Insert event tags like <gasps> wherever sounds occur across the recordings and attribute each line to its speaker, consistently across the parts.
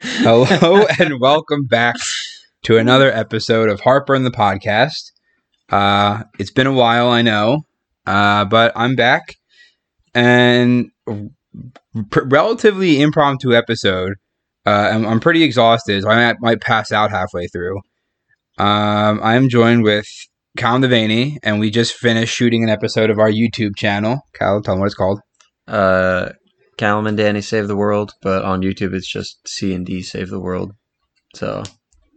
Speaker 1: Hello <laughs> and welcome back to another episode of Harper and the Podcast. Uh, it's been a while, I know, uh, but I'm back and pr- relatively impromptu episode. Uh, I'm, I'm pretty exhausted, so I might, might pass out halfway through. Um, I am joined with Cal Devaney, and we just finished shooting an episode of our YouTube channel. Cal, tell them what it's called.
Speaker 2: uh Callum and Danny Save the World, but on YouTube it's just C and D Save the World. So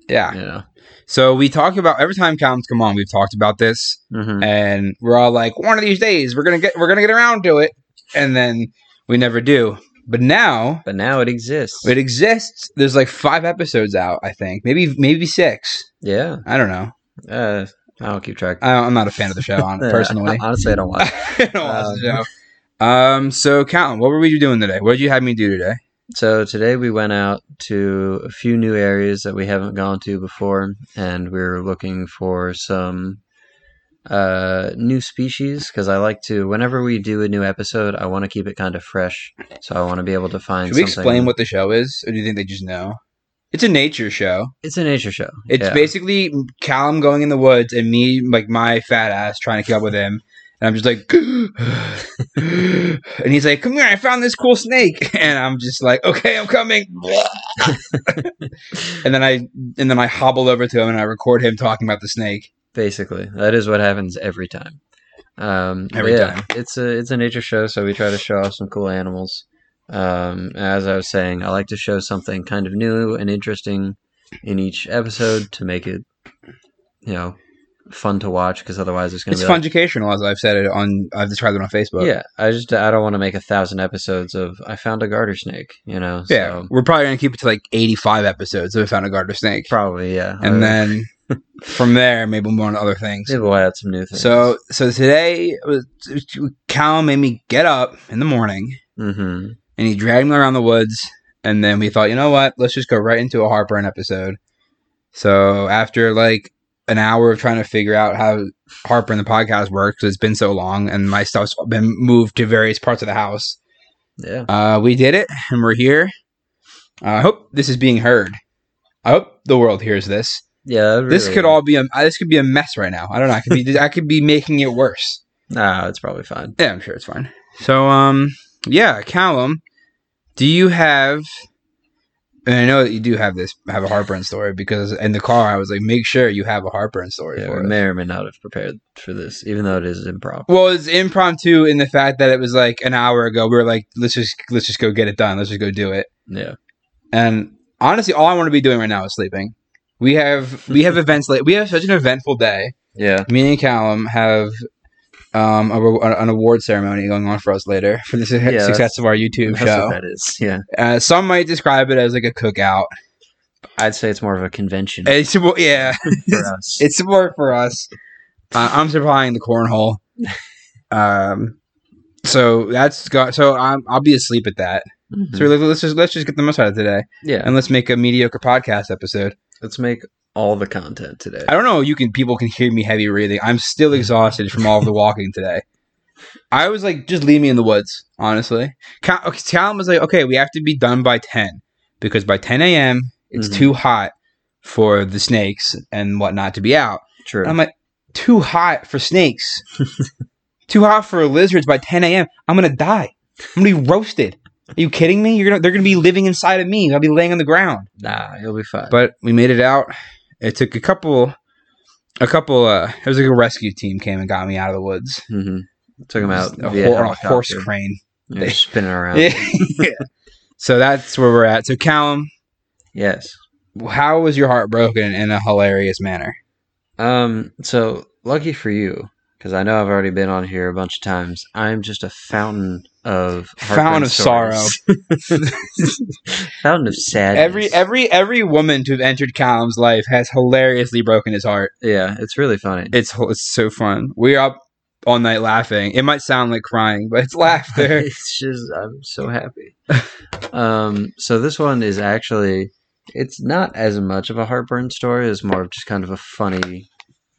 Speaker 1: Yeah.
Speaker 2: you know.
Speaker 1: So we talk about every time Calum's come on, we've talked about this.
Speaker 2: hmm
Speaker 1: and we're all like one of these days we're gonna get we're gonna get around to it and then we never do but now
Speaker 2: But now it exists.
Speaker 1: it exists there's like five episodes out i think maybe maybe six
Speaker 2: yeah.
Speaker 1: i don't know
Speaker 2: Uh I don't keep track.
Speaker 1: I, i'm not a fan of the show
Speaker 2: <laughs>
Speaker 1: on
Speaker 2: Uh,
Speaker 1: personally <laughs>
Speaker 2: honestly I don't watch.
Speaker 1: I don't watch the show. um so Calum, what were we doing today what did you have me do today
Speaker 2: so today we went out to a few new areas that we haven't gone to before and we were looking for some uh new species because I like to whenever we do a new episode I want to keep it kind of fresh. So I want to be able to find
Speaker 1: should we
Speaker 2: something-
Speaker 1: explain what the show is or do you think they just know it's a nature show
Speaker 2: it's a nature show.
Speaker 1: It's
Speaker 2: Yeah.
Speaker 1: basically Callum going in the woods and me, like my fat ass, trying to keep up with him. And I'm just like, <gasps> and he's like, "Come here! I found this cool snake." <laughs> And I'm just like, "Okay, I'm
Speaker 2: <laughs>
Speaker 1: coming." and then I and then I hobble over to him and I record him talking about the snake.
Speaker 2: basically that is what happens every time um but
Speaker 1: Every
Speaker 2: yeah,
Speaker 1: time.
Speaker 2: it's a it's a nature show so we try to show off some cool animals um as i was saying i like to show something kind of new and interesting in each episode to make it you know fun to watch because otherwise it's gonna
Speaker 1: It's
Speaker 2: be
Speaker 1: fun educational, as I've said it on. I've described it on Facebook.
Speaker 2: like, yeah i just i don't want to make a thousand episodes of i found a garter snake you know
Speaker 1: yeah.
Speaker 2: so
Speaker 1: We're probably gonna keep it to like 85 episodes if we found a garter snake,
Speaker 2: probably yeah
Speaker 1: and then from there maybe we'll move on to other things.
Speaker 2: maybe we'll add some new things
Speaker 1: So so today, was- Cal made me get up in the morning,
Speaker 2: hmm
Speaker 1: and he dragged me around the woods. And then we thought, you know what? Let's just go right into a heartburn episode. So after like an hour of trying to figure out how Harper and the podcast works, it's been so long, and my stuff's been moved to various parts of the house.
Speaker 2: yeah
Speaker 1: Uh, we did it, and we're here. Uh, I hope this is being heard. I hope the world hears this.
Speaker 2: yeah
Speaker 1: This
Speaker 2: really-
Speaker 1: could all be a this could be a mess right now. I don't know. I could be I could be making it worse.
Speaker 2: nah it's probably fine
Speaker 1: Yeah, I'm sure it's fine. So, um, yeah, Callum, do you have? And I know that you do have this have a heartburn story because in the car I was like, make sure you have a heartburn story
Speaker 2: Yeah,
Speaker 1: for
Speaker 2: we
Speaker 1: us.
Speaker 2: may or may not have prepared for this, even though it is improv.
Speaker 1: Well, it's impromptu in the fact that it was like an hour ago. We were like, let's just let's just go get it done. Let's just go do it.
Speaker 2: Yeah,
Speaker 1: And honestly, all I want to be doing right now is sleeping. We have we
Speaker 2: <laughs>
Speaker 1: have events late. We have such an eventful day.
Speaker 2: yeah,
Speaker 1: Me and Callum have um a, re- an award ceremony going on for us later for the su-
Speaker 2: Yeah,
Speaker 1: success of our YouTube
Speaker 2: that's
Speaker 1: show.
Speaker 2: what that is. <laughs> Yeah,
Speaker 1: Uh, some might describe it as like a cookout.
Speaker 2: I'd say it's more of a convention
Speaker 1: It's more, yeah, <laughs>
Speaker 2: for us.
Speaker 1: it's more for us. Uh, I'm supplying the cornhole. Um, so that's got. So I'm, I'll be asleep at that.
Speaker 2: Mhm.
Speaker 1: So let- let's just let's just get the most out of today,
Speaker 2: yeah,
Speaker 1: and let's make a mediocre podcast episode.
Speaker 2: let's make all the content today.
Speaker 1: I don't know. You can people can hear me heavy breathing. I'm still exhausted from all of the walking today. I was like, just leave me in the woods, honestly. Cal, okay, Callum was like, okay, we have to be done by ten because by ten a.m. it's
Speaker 2: Mhm.
Speaker 1: too hot for the snakes and whatnot to be out.
Speaker 2: True.
Speaker 1: And I'm like, too hot for snakes, too hot for lizards by ten a.m. I'm gonna die. I'm gonna be roasted. Are you kidding me? You're gonna they're gonna be living inside of me. I'll be laying on the ground
Speaker 2: nah, you'll be fine.
Speaker 1: but we made it out. It took a couple, a couple. Uh, it was like a rescue team came and got me out of the woods.
Speaker 2: hmm Took him out
Speaker 1: Just a,
Speaker 2: via
Speaker 1: hor- on a
Speaker 2: helicopter.
Speaker 1: horse crane.
Speaker 2: You know, spinning around.
Speaker 1: Yeah. <laughs> so that's where we're at. So Callum,
Speaker 2: Yes.
Speaker 1: how was your heart broken in a hilarious manner?
Speaker 2: Um. So lucky for you, because I know I've already been on here a bunch of times. I'm just a fountain of
Speaker 1: Fountain
Speaker 2: heartbreak
Speaker 1: of
Speaker 2: stories. <laughs> fountain of sadness.
Speaker 1: Every every every woman to have entered Callum's life has hilariously broken his heart.
Speaker 2: yeah, it's really funny.
Speaker 1: It's it's so fun. We're up all night laughing. It might sound like crying, but it's <laughs> laughter.
Speaker 2: <laughs> it's just I'm so happy. um, so this one is actually it's not as much of a heartburn story. It's more of just kind of a funny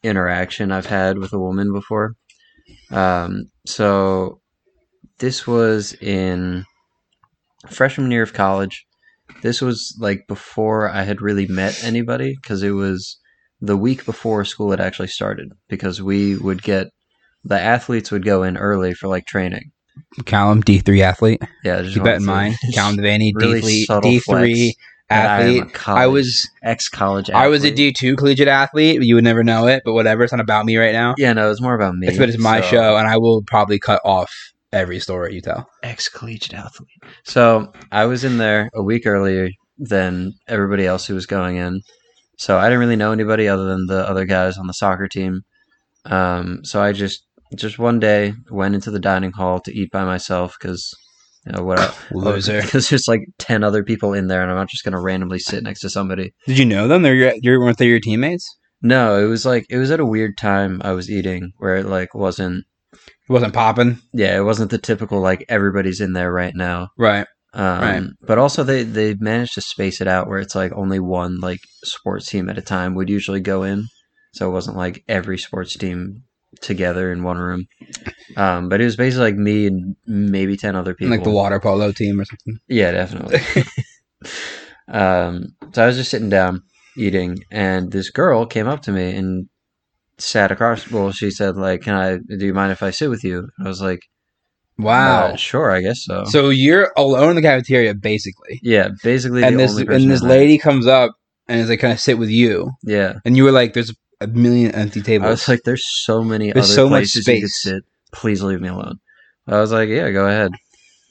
Speaker 2: interaction I've had with a woman before. Um, so this was in freshman year of college. This was like before I had really met anybody because it was the week before school had actually started because we would get the athletes would go in early for like training.
Speaker 1: Callum, D3 athlete.
Speaker 2: Yeah, I just
Speaker 1: Keep
Speaker 2: wanted
Speaker 1: that in
Speaker 2: to-
Speaker 1: mind. <laughs>
Speaker 2: <laughs>
Speaker 1: Callum Devaney,
Speaker 2: Really
Speaker 1: D3,
Speaker 2: subtle
Speaker 1: D3
Speaker 2: flex that I am a
Speaker 1: athlete. I
Speaker 2: college-
Speaker 1: was
Speaker 2: ex-college.
Speaker 1: I was a
Speaker 2: athlete.
Speaker 1: D2 collegiate athlete. You would never know it, but whatever. It's not about me right now.
Speaker 2: Yeah, no, it's more about me.
Speaker 1: it's, but it's my
Speaker 2: so-
Speaker 1: show, and I will probably cut off every story you tell.
Speaker 2: ex-collegiate athlete. So I was in there a week earlier than everybody else who was going in. So I didn't really know anybody other than the other guys on the soccer team. Um, so I just just one day went into the dining hall to eat by myself because you know what
Speaker 1: <coughs>
Speaker 2: <laughs>
Speaker 1: Loser.
Speaker 2: because there's like ten other people in there and I'm not just gonna randomly sit next to somebody.
Speaker 1: Did you know them? They're your, your, weren't they your teammates?
Speaker 2: No, it was like it was at a weird time I was eating where it like wasn't
Speaker 1: It wasn't popping.
Speaker 2: yeah it wasn't the typical like everybody's in there right now.
Speaker 1: Right.
Speaker 2: Um,
Speaker 1: Right.
Speaker 2: But also, they they managed to space it out where it's like only one like sports team at a time would usually go in, so it wasn't like every sports team together in one room. Um, but it was basically like me and maybe ten other people.
Speaker 1: Like the water polo team or something.
Speaker 2: yeah,
Speaker 1: <laughs>
Speaker 2: definitely. um, so I was just sitting down eating, and this girl came up to me and sat across. Well, she said like, "Can I? Do you mind if I sit with you?" And I was like,
Speaker 1: Wow.
Speaker 2: "Uh, sure, I guess so."
Speaker 1: So you're alone in the cafeteria, basically.
Speaker 2: yeah, basically,
Speaker 1: And
Speaker 2: the
Speaker 1: this
Speaker 2: only person
Speaker 1: and this
Speaker 2: in there.
Speaker 1: lady comes up and is like, "Can I sit with you?"
Speaker 2: yeah.
Speaker 1: And you were like, "There's a million empty tables."
Speaker 2: I was like, there's so many
Speaker 1: There's
Speaker 2: other
Speaker 1: so much
Speaker 2: places you could
Speaker 1: space.
Speaker 2: sit. Please leave me alone. I was like, yeah, go ahead.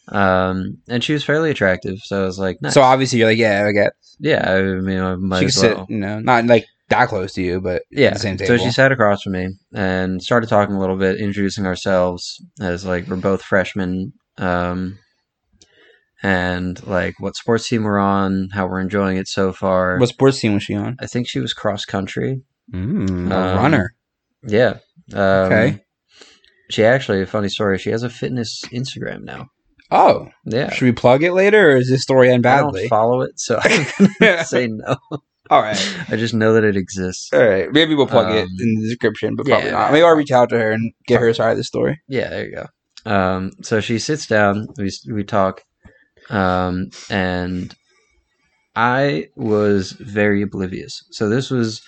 Speaker 2: Um, and she was fairly attractive, so I was like, nice.
Speaker 1: So obviously you're like, "Yeah, I get."
Speaker 2: yeah, I mean, I might
Speaker 1: She can
Speaker 2: as well.
Speaker 1: sit, you know, not like that close to you, but
Speaker 2: Yeah.
Speaker 1: the same
Speaker 2: So
Speaker 1: table.
Speaker 2: she sat across from me and started talking a little bit, introducing ourselves as like we're both freshmen, um, and like what sports team we're on, how we're enjoying it so far.
Speaker 1: what sports team was she on?
Speaker 2: I think she was cross country.
Speaker 1: Mm, a
Speaker 2: Um,
Speaker 1: runner.
Speaker 2: Yeah. Um,
Speaker 1: Okay.
Speaker 2: She actually, funny story, she has a fitness Instagram now.
Speaker 1: Oh,
Speaker 2: Yeah.
Speaker 1: should we plug it later, or is this story end
Speaker 2: I don't
Speaker 1: badly?
Speaker 2: follow it, so I'm gonna say no.
Speaker 1: <laughs> All right,
Speaker 2: I just know that it exists.
Speaker 1: all right. Maybe we'll plug it
Speaker 2: Um,
Speaker 1: in the description, but probably
Speaker 2: yeah.
Speaker 1: not. Maybe I'll reach out to her and get her side of the story.
Speaker 2: Yeah, there you go. Um, so she sits down. We we talk, um, and I was very oblivious. So this was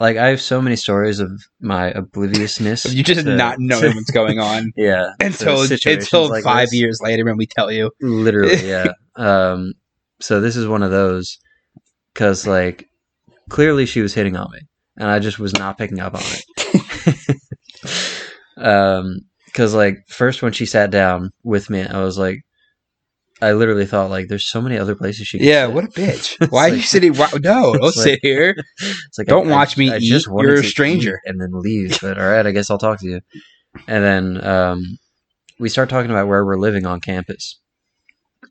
Speaker 2: like I have so many stories of my obliviousness.
Speaker 1: <laughs> You just
Speaker 2: <laughs> to-
Speaker 1: not knowing what's going
Speaker 2: <laughs>
Speaker 1: on
Speaker 2: yeah, to
Speaker 1: until
Speaker 2: situations
Speaker 1: until
Speaker 2: like
Speaker 1: five
Speaker 2: this.
Speaker 1: years later when we tell you.
Speaker 2: Literally, yeah. um, so this is one of those because like clearly she was hitting on me, and I just was not picking up on it. um because like first when she sat down with me i was like i literally thought like there's so many other places she could
Speaker 1: Yeah,
Speaker 2: sit.
Speaker 1: what a
Speaker 2: <laughs>
Speaker 1: bitch! Why are you
Speaker 2: like-
Speaker 1: sitting? Why,
Speaker 2: <laughs>
Speaker 1: no, don't
Speaker 2: It's like-
Speaker 1: sit
Speaker 2: <laughs>
Speaker 1: here.
Speaker 2: it's like
Speaker 1: Don't watch me eat,
Speaker 2: wanted
Speaker 1: you're a
Speaker 2: to
Speaker 1: stranger.
Speaker 2: eat and then leave but all right i guess i'll talk to you and then um we start talking about where we're living on campus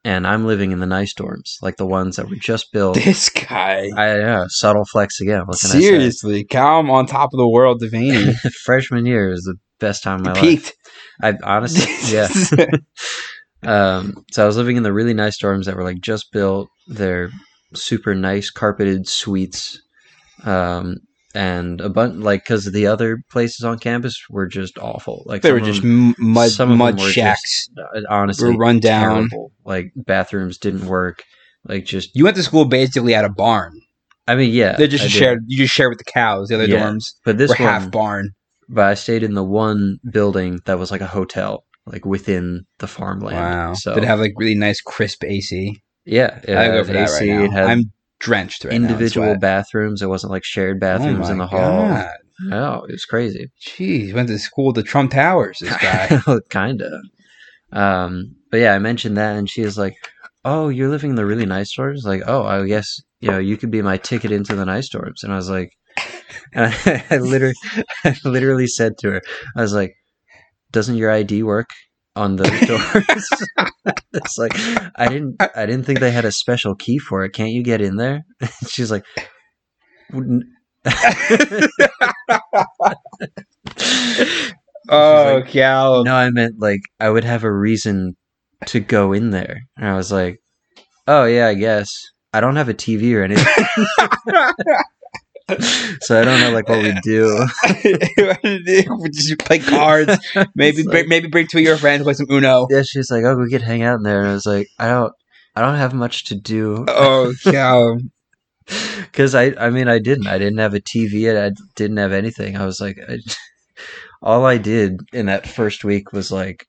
Speaker 2: and i'm living in the nice dorms like the ones that were just built
Speaker 1: This guy,
Speaker 2: i yeah subtle flex again what can
Speaker 1: seriously, Calm on top of the world,
Speaker 2: <laughs>
Speaker 1: Devaney.
Speaker 2: i say <laughs> freshman year is the best time of my life
Speaker 1: peaked.
Speaker 2: i honestly
Speaker 1: <laughs>
Speaker 2: yeah Um, so I was living in the really nice dorms that were like just built. They're super nice carpeted suites, um, and a bunch like because the other places on campus were just awful. Like
Speaker 1: they
Speaker 2: some
Speaker 1: were
Speaker 2: of
Speaker 1: just
Speaker 2: them-
Speaker 1: m- mud
Speaker 2: some of them
Speaker 1: mud
Speaker 2: were just
Speaker 1: shacks.
Speaker 2: honestly
Speaker 1: Were run down.
Speaker 2: terrible. Like bathrooms didn't work. Like just
Speaker 1: You went to school basically at a barn.
Speaker 2: I mean yeah
Speaker 1: They just
Speaker 2: I
Speaker 1: you
Speaker 2: did.
Speaker 1: shared. You just shared with the cows. The other
Speaker 2: Yeah.
Speaker 1: dorms
Speaker 2: but this
Speaker 1: were
Speaker 2: one
Speaker 1: half barn.
Speaker 2: but I stayed in the one building that was like a hotel like within the farmland.
Speaker 1: Wow.
Speaker 2: So
Speaker 1: Did it have like really nice crisp AC?
Speaker 2: yeah, it
Speaker 1: I gotta
Speaker 2: had
Speaker 1: go for that
Speaker 2: AC,
Speaker 1: right
Speaker 2: it
Speaker 1: now.
Speaker 2: had
Speaker 1: I'm drenched right
Speaker 2: individual
Speaker 1: now. in sweat.
Speaker 2: bathrooms. It wasn't like shared bathrooms
Speaker 1: oh
Speaker 2: in
Speaker 1: my
Speaker 2: the hall.
Speaker 1: God.
Speaker 2: No, it was crazy.
Speaker 1: Jeez, went to school to Trump Towers. This
Speaker 2: <laughs>
Speaker 1: guy.
Speaker 2: Kinda. Um, but yeah, I mentioned that, and she was like, "Oh, you're living in the really nice dorms." Like, oh, I guess you know you could be my ticket into the nice dorms. And I was like, <laughs> and I, I literally, <laughs> I literally said to her, I was like, "Doesn't your ID work?" On those dorms, <laughs> it's like I didn't, I didn't think they had a special key for it. Can't you get in there? <laughs> She's like, "Wouldn't." <laughs>
Speaker 1: oh,
Speaker 2: like,
Speaker 1: Cal. <laughs>
Speaker 2: No, I meant like I would have a reason to go in there. And I was like, oh, yeah, I guess. I don't have a TV or anything, <laughs> so I don't know like what we do. <laughs>
Speaker 1: just play cards. Maybe
Speaker 2: It's
Speaker 1: bring, maybe bring two of your friends play some Uno.
Speaker 2: Yeah, she's like, oh, we could hang out in there. And I was like, I don't. I don't have much to do
Speaker 1: Oh,
Speaker 2: <laughs>
Speaker 1: cow.
Speaker 2: because I I mean I didn't I didn't have a TV and I didn't have anything. I was like, I, <laughs> all I did in that first week was like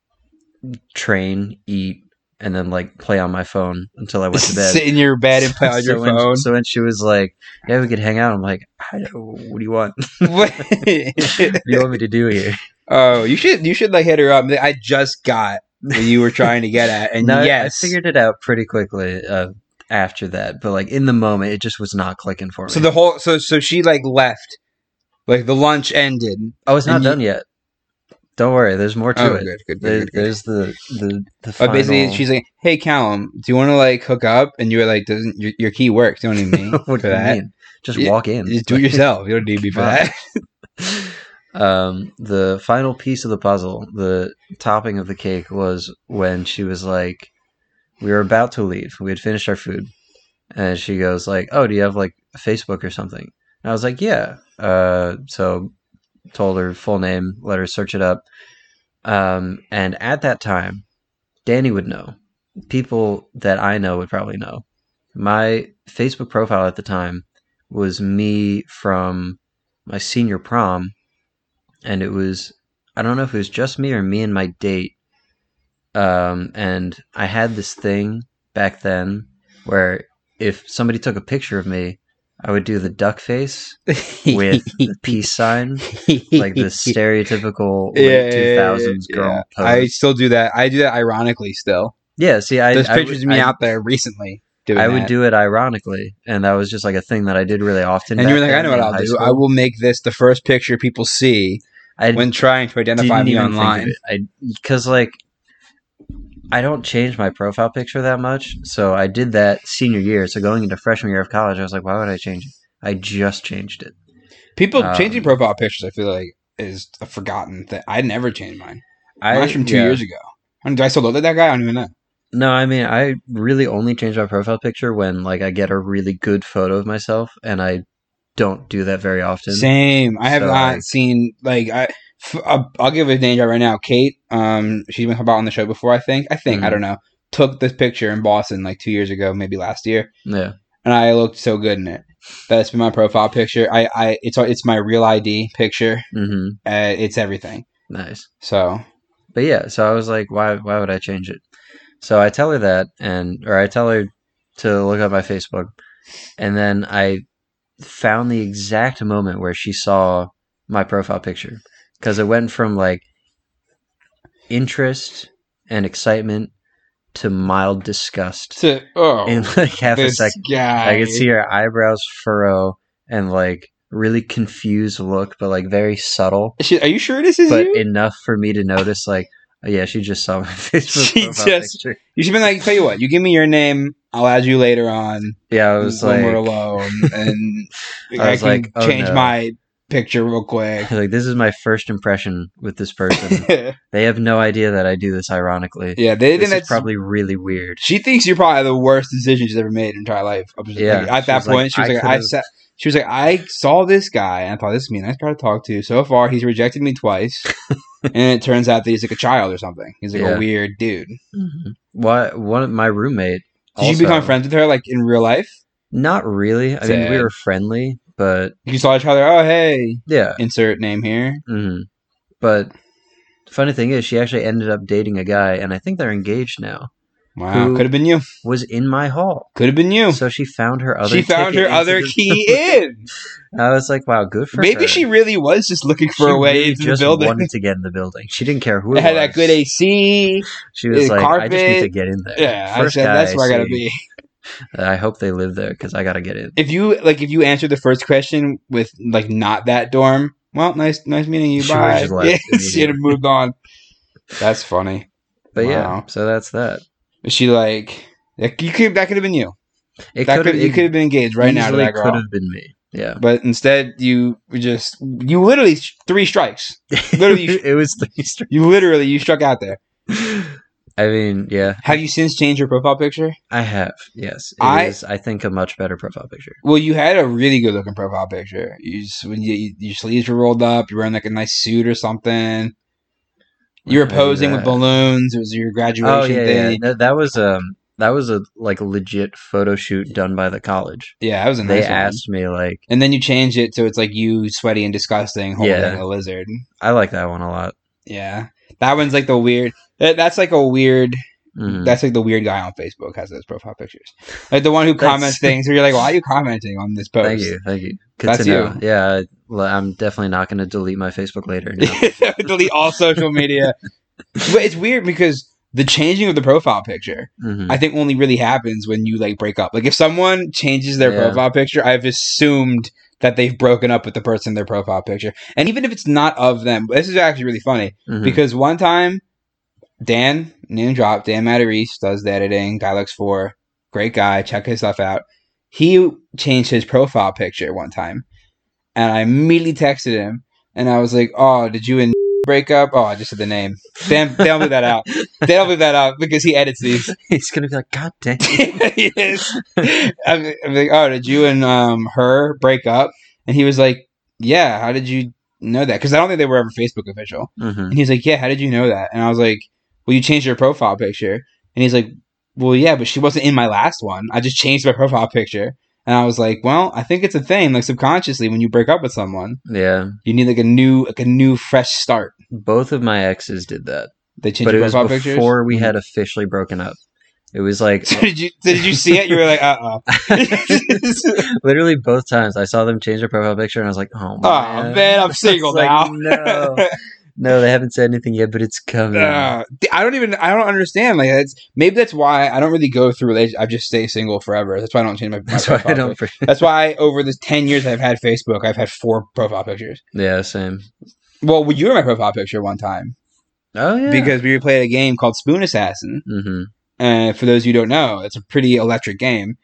Speaker 2: train, eat, and then like play on my phone until I went to bed.
Speaker 1: Sit in your bed and play on
Speaker 2: So
Speaker 1: your
Speaker 2: when-
Speaker 1: phone.
Speaker 2: so when she was like, "Yeah, we could hang out," I'm like, I don't, "What do you want?
Speaker 1: <laughs>
Speaker 2: <laughs> what do you want me to do here?"
Speaker 1: oh, you should you should like hit her up. I just got what you were trying to get at, and
Speaker 2: <laughs> No, I-
Speaker 1: yes.
Speaker 2: I figured it out pretty quickly uh, after that, but like in the moment, it just was not clicking for me.
Speaker 1: so the whole so so she like left, like the lunch ended.
Speaker 2: oh, it's not
Speaker 1: and you-
Speaker 2: done yet. Don't worry, there's more to
Speaker 1: Oh,
Speaker 2: it.
Speaker 1: good, good, good,
Speaker 2: There,
Speaker 1: good, good.
Speaker 2: There's the the the
Speaker 1: But
Speaker 2: final.
Speaker 1: basically, she's like, "Hey, Callum, do you want to like hook up?" And you were like, "Doesn't your, your key works? You don't
Speaker 2: <laughs>
Speaker 1: need me for
Speaker 2: <laughs> what do you
Speaker 1: that.
Speaker 2: mean? Just
Speaker 1: Yeah,
Speaker 2: walk in.
Speaker 1: You Just do it yourself. You don't need me for
Speaker 2: Wow.
Speaker 1: that."
Speaker 2: um, the final piece of the puzzle, the topping of the cake, was when she was like, "We were about to leave. We had finished our food," and she goes like, "Oh, do you have like Facebook or something?" And I was like, "Yeah." Uh, so told her full name, let her search it up, um, and at that time, Danny would know. People that I know would probably know. My Facebook profile at the time was me from my senior prom, and it was I don't know if it was just me or me and my date. Um, and I had this thing back then where if somebody took a picture of me, I would do the duck face
Speaker 1: <coughs>
Speaker 2: <laughs> with the peace sign,
Speaker 1: <laughs>
Speaker 2: like the stereotypical late two thousands girl pose.
Speaker 1: I still do that. I do that ironically still.
Speaker 2: yeah, see, I
Speaker 1: There's
Speaker 2: I
Speaker 1: pictures
Speaker 2: would-
Speaker 1: of me
Speaker 2: I-
Speaker 1: out there recently doing
Speaker 2: I would
Speaker 1: that.
Speaker 2: do it ironically, and that was just like a thing that I did really often.
Speaker 1: And you
Speaker 2: back
Speaker 1: were like, I
Speaker 2: then
Speaker 1: know what
Speaker 2: in
Speaker 1: I'll
Speaker 2: high
Speaker 1: do.
Speaker 2: school.
Speaker 1: I will make this the first picture people see
Speaker 2: I
Speaker 1: when trying to identify me online.
Speaker 2: because like I don't change my profile picture that much, so I did that senior year. So going into freshman year of college, I was like, why would I change it? I just changed it.
Speaker 1: People
Speaker 2: Um,
Speaker 1: changing profile pictures, I feel like, is a forgotten thing. I never changed mine.
Speaker 2: I
Speaker 1: Mine's from two
Speaker 2: yeah.
Speaker 1: years ago. And do I still look at that guy? I don't even know.
Speaker 2: No, I mean I really only change my profile picture when like I get a really good photo of myself, and I don't do that very often.
Speaker 1: Same. I have
Speaker 2: So,
Speaker 1: not
Speaker 2: like-
Speaker 1: seen like I. f- I'll, I'll give a name right now. Kate, um, she's been about on the show before. I think. I think. I
Speaker 2: Mhm.
Speaker 1: don't know. Took this picture in Boston like two years ago, maybe last year,
Speaker 2: Yeah,
Speaker 1: and I looked so good in it. That's been my profile picture. I, I, it's it's my real ID picture.
Speaker 2: hmm
Speaker 1: Uh, it's everything.
Speaker 2: nice.
Speaker 1: So
Speaker 2: But yeah, so I was like, why why would I change it? So I tell her that and or I tell her to look up my Facebook. And then I found the exact moment where she saw my profile picture cuz it went from like interest and excitement to mild disgust
Speaker 1: to oh,
Speaker 2: in like half a
Speaker 1: this
Speaker 2: second.
Speaker 1: guy.
Speaker 2: I could see her eyebrows furrow and like really confused look but like very subtle
Speaker 1: She- are you sure this is
Speaker 2: but
Speaker 1: <laughs> you?
Speaker 2: enough for me to notice like oh, yeah she just saw my <laughs> facebook
Speaker 1: She
Speaker 2: profile
Speaker 1: just-
Speaker 2: picture
Speaker 1: you should be like, tell you what, you give me your name. I'll add you later on.
Speaker 2: yeah i was
Speaker 1: when we're
Speaker 2: like <laughs>
Speaker 1: alone, and I,
Speaker 2: I was
Speaker 1: can
Speaker 2: like, oh,
Speaker 1: change
Speaker 2: no.
Speaker 1: my picture real
Speaker 2: <laughs>
Speaker 1: quick. <laughs>
Speaker 2: like this is my first impression with this person they have no idea that i do this ironically
Speaker 1: yeah, they
Speaker 2: this
Speaker 1: think
Speaker 2: is
Speaker 1: that's
Speaker 2: probably really weird
Speaker 1: she thinks you're probably the worst decision she's ever made in her entire life. I'm just-
Speaker 2: Yeah,
Speaker 1: like, at
Speaker 2: she
Speaker 1: that
Speaker 2: was like,
Speaker 1: point, she was
Speaker 2: I
Speaker 1: like, I
Speaker 2: could've-
Speaker 1: sat. She was like, I saw this guy, and I thought this is me. Nice guy to talk to. So far, he's rejected me
Speaker 2: <laughs>
Speaker 1: twice, and it turns out that he's like a child or something. He's like a
Speaker 2: Yeah.
Speaker 1: weird dude. Did
Speaker 2: Mhm. Why one of my roommate also,
Speaker 1: Mm-hmm. you become friends with her like in real life?
Speaker 2: not really i mean we
Speaker 1: Sad.
Speaker 2: were friendly but
Speaker 1: You saw each other. Oh, hey,
Speaker 2: yeah
Speaker 1: insert name here.
Speaker 2: mhm. but funny thing is she actually ended up dating a guy and i think they're engaged now
Speaker 1: Wow,
Speaker 2: Who-
Speaker 1: could have been you.
Speaker 2: was in my hall
Speaker 1: Could have been you.
Speaker 2: so she found her other
Speaker 1: she found
Speaker 2: ticket
Speaker 1: her
Speaker 2: into <laughs>
Speaker 1: other
Speaker 2: the-
Speaker 1: key in.
Speaker 2: I was like, wow, good <laughs> for
Speaker 1: Maybe
Speaker 2: her.
Speaker 1: she really was just looking for a
Speaker 2: She
Speaker 1: way
Speaker 2: really
Speaker 1: into the
Speaker 2: just
Speaker 1: building.
Speaker 2: wanted to get in the building. She didn't care who
Speaker 1: It
Speaker 2: it
Speaker 1: had
Speaker 2: was.
Speaker 1: that good AC.
Speaker 2: She was
Speaker 1: uh,
Speaker 2: like, I just need to
Speaker 1: carpet.
Speaker 2: get in there.
Speaker 1: Yeah,
Speaker 2: First
Speaker 1: I said
Speaker 2: guy
Speaker 1: that's where I gotta
Speaker 2: see.
Speaker 1: be.
Speaker 2: I hope they live there because I gotta get in.
Speaker 1: If you like, if you answered the first question with like not that dorm, well, nice, nice meeting you.
Speaker 2: She
Speaker 1: Bye.
Speaker 2: would've
Speaker 1: <laughs>
Speaker 2: just left
Speaker 1: Yeah, she'd have moved on. That's funny.
Speaker 2: But
Speaker 1: Wow.
Speaker 2: yeah, so that's that.
Speaker 1: Is she like? like, You could that could have been you.
Speaker 2: It
Speaker 1: that could
Speaker 2: could've-
Speaker 1: you
Speaker 2: it
Speaker 1: could have been engaged right now to
Speaker 2: easily
Speaker 1: that girl.
Speaker 2: could have been me. Yeah, <laughs>
Speaker 1: But instead, you were just you literally sh- three strikes. <laughs> Literally-
Speaker 2: it was the Easter. <laughs>
Speaker 1: You literally you struck out there.
Speaker 2: I mean, yeah,
Speaker 1: Have you since changed your profile picture?
Speaker 2: I have. Yes, it is.
Speaker 1: I-
Speaker 2: I, think a much better profile picture.
Speaker 1: Well, you had a really good looking profile picture. You just when you, you- your sleeves were rolled up, you were in like a nice suit or something. You were
Speaker 2: Maybe
Speaker 1: posing with
Speaker 2: that.
Speaker 1: balloons. It was your graduation
Speaker 2: Oh yeah, yeah.
Speaker 1: thing.
Speaker 2: No, that was um that was a like legit photo shoot done by the college.
Speaker 1: Yeah, that was a nice
Speaker 2: they
Speaker 1: one.
Speaker 2: asked me like
Speaker 1: And then you change it so it's like you sweaty and disgusting holding
Speaker 2: Yeah.
Speaker 1: a lizard.
Speaker 2: I like that one a lot.
Speaker 1: Yeah. That one's like the weird that, that's like a weird
Speaker 2: Mhm.
Speaker 1: that's like the weird guy on Facebook has those profile pictures. Like the one who
Speaker 2: <laughs> That's-
Speaker 1: comments things where you're like, Why are you commenting on this post? <laughs>
Speaker 2: Thank you, thank you. Good
Speaker 1: That's
Speaker 2: to know. Yeah, I- well, I'm definitely not going to delete my Facebook later. no.
Speaker 1: <laughs> Delete all social media. but it's weird because the changing of the profile picture,
Speaker 2: Mhm.
Speaker 1: I think, only really happens when you like break up. Like if someone changes their
Speaker 2: Yeah.
Speaker 1: profile picture, I've assumed that they've broken up with the person in their profile picture. And even if it's not of them, this is actually really funny
Speaker 2: Mhm.
Speaker 1: because one time Dan name drop Dan Matarese does the editing. Guy looks for great guy. Check his stuff out. He changed his profile picture one time, and I immediately texted him, and I was like, "Oh, did you and <laughs> break up? Oh, I just said the name. Dan, they'll leave that out. They'll leave that out because he edits these. <laughs>
Speaker 2: He's going to be like, God damn.
Speaker 1: He is. I'm, I'm like, oh, did you and um her break up? And he was like, yeah. How did you know that? Because I don't think they were ever Facebook official.
Speaker 2: Mhm.
Speaker 1: And he's like, Yeah, how did you know that? And I was like, Well, you changed your profile picture. And he's like, Well, yeah, but she wasn't in my last one. I just changed my profile picture. And I was like, Well, I think it's a thing. Like subconsciously, when you break up with someone,
Speaker 2: Yeah,
Speaker 1: you need like a new, like a new fresh start.
Speaker 2: both of my exes did that,
Speaker 1: They change
Speaker 2: but it
Speaker 1: your
Speaker 2: was
Speaker 1: profile
Speaker 2: before
Speaker 1: pictures. <laughs> Mm-hmm.
Speaker 2: we had officially broken up. It was like <laughs>
Speaker 1: So did you so did you see it? You were like, uh uh
Speaker 2: literally both times I saw them change their profile picture, and I was like, "Oh man,
Speaker 1: Oh
Speaker 2: <laughs>
Speaker 1: man, I'm single
Speaker 2: It's like,
Speaker 1: now.
Speaker 2: no, no, they haven't said anything yet, but it's coming.
Speaker 1: Uh, I don't even I don't understand. Like that's maybe that's why I don't really go through relationships. I just stay single forever. That's why I don't change my, my
Speaker 2: <laughs> That's why I
Speaker 1: profile
Speaker 2: don't.
Speaker 1: That's why over the 10 years I've had Facebook, I've had four profile pictures.
Speaker 2: <laughs> yeah, same.
Speaker 1: Well, you were my profile picture one time
Speaker 2: Oh yeah,
Speaker 1: because we played a game called Spoon Assassin.
Speaker 2: hmm
Speaker 1: And for those of you who don't know, it's a pretty electric game.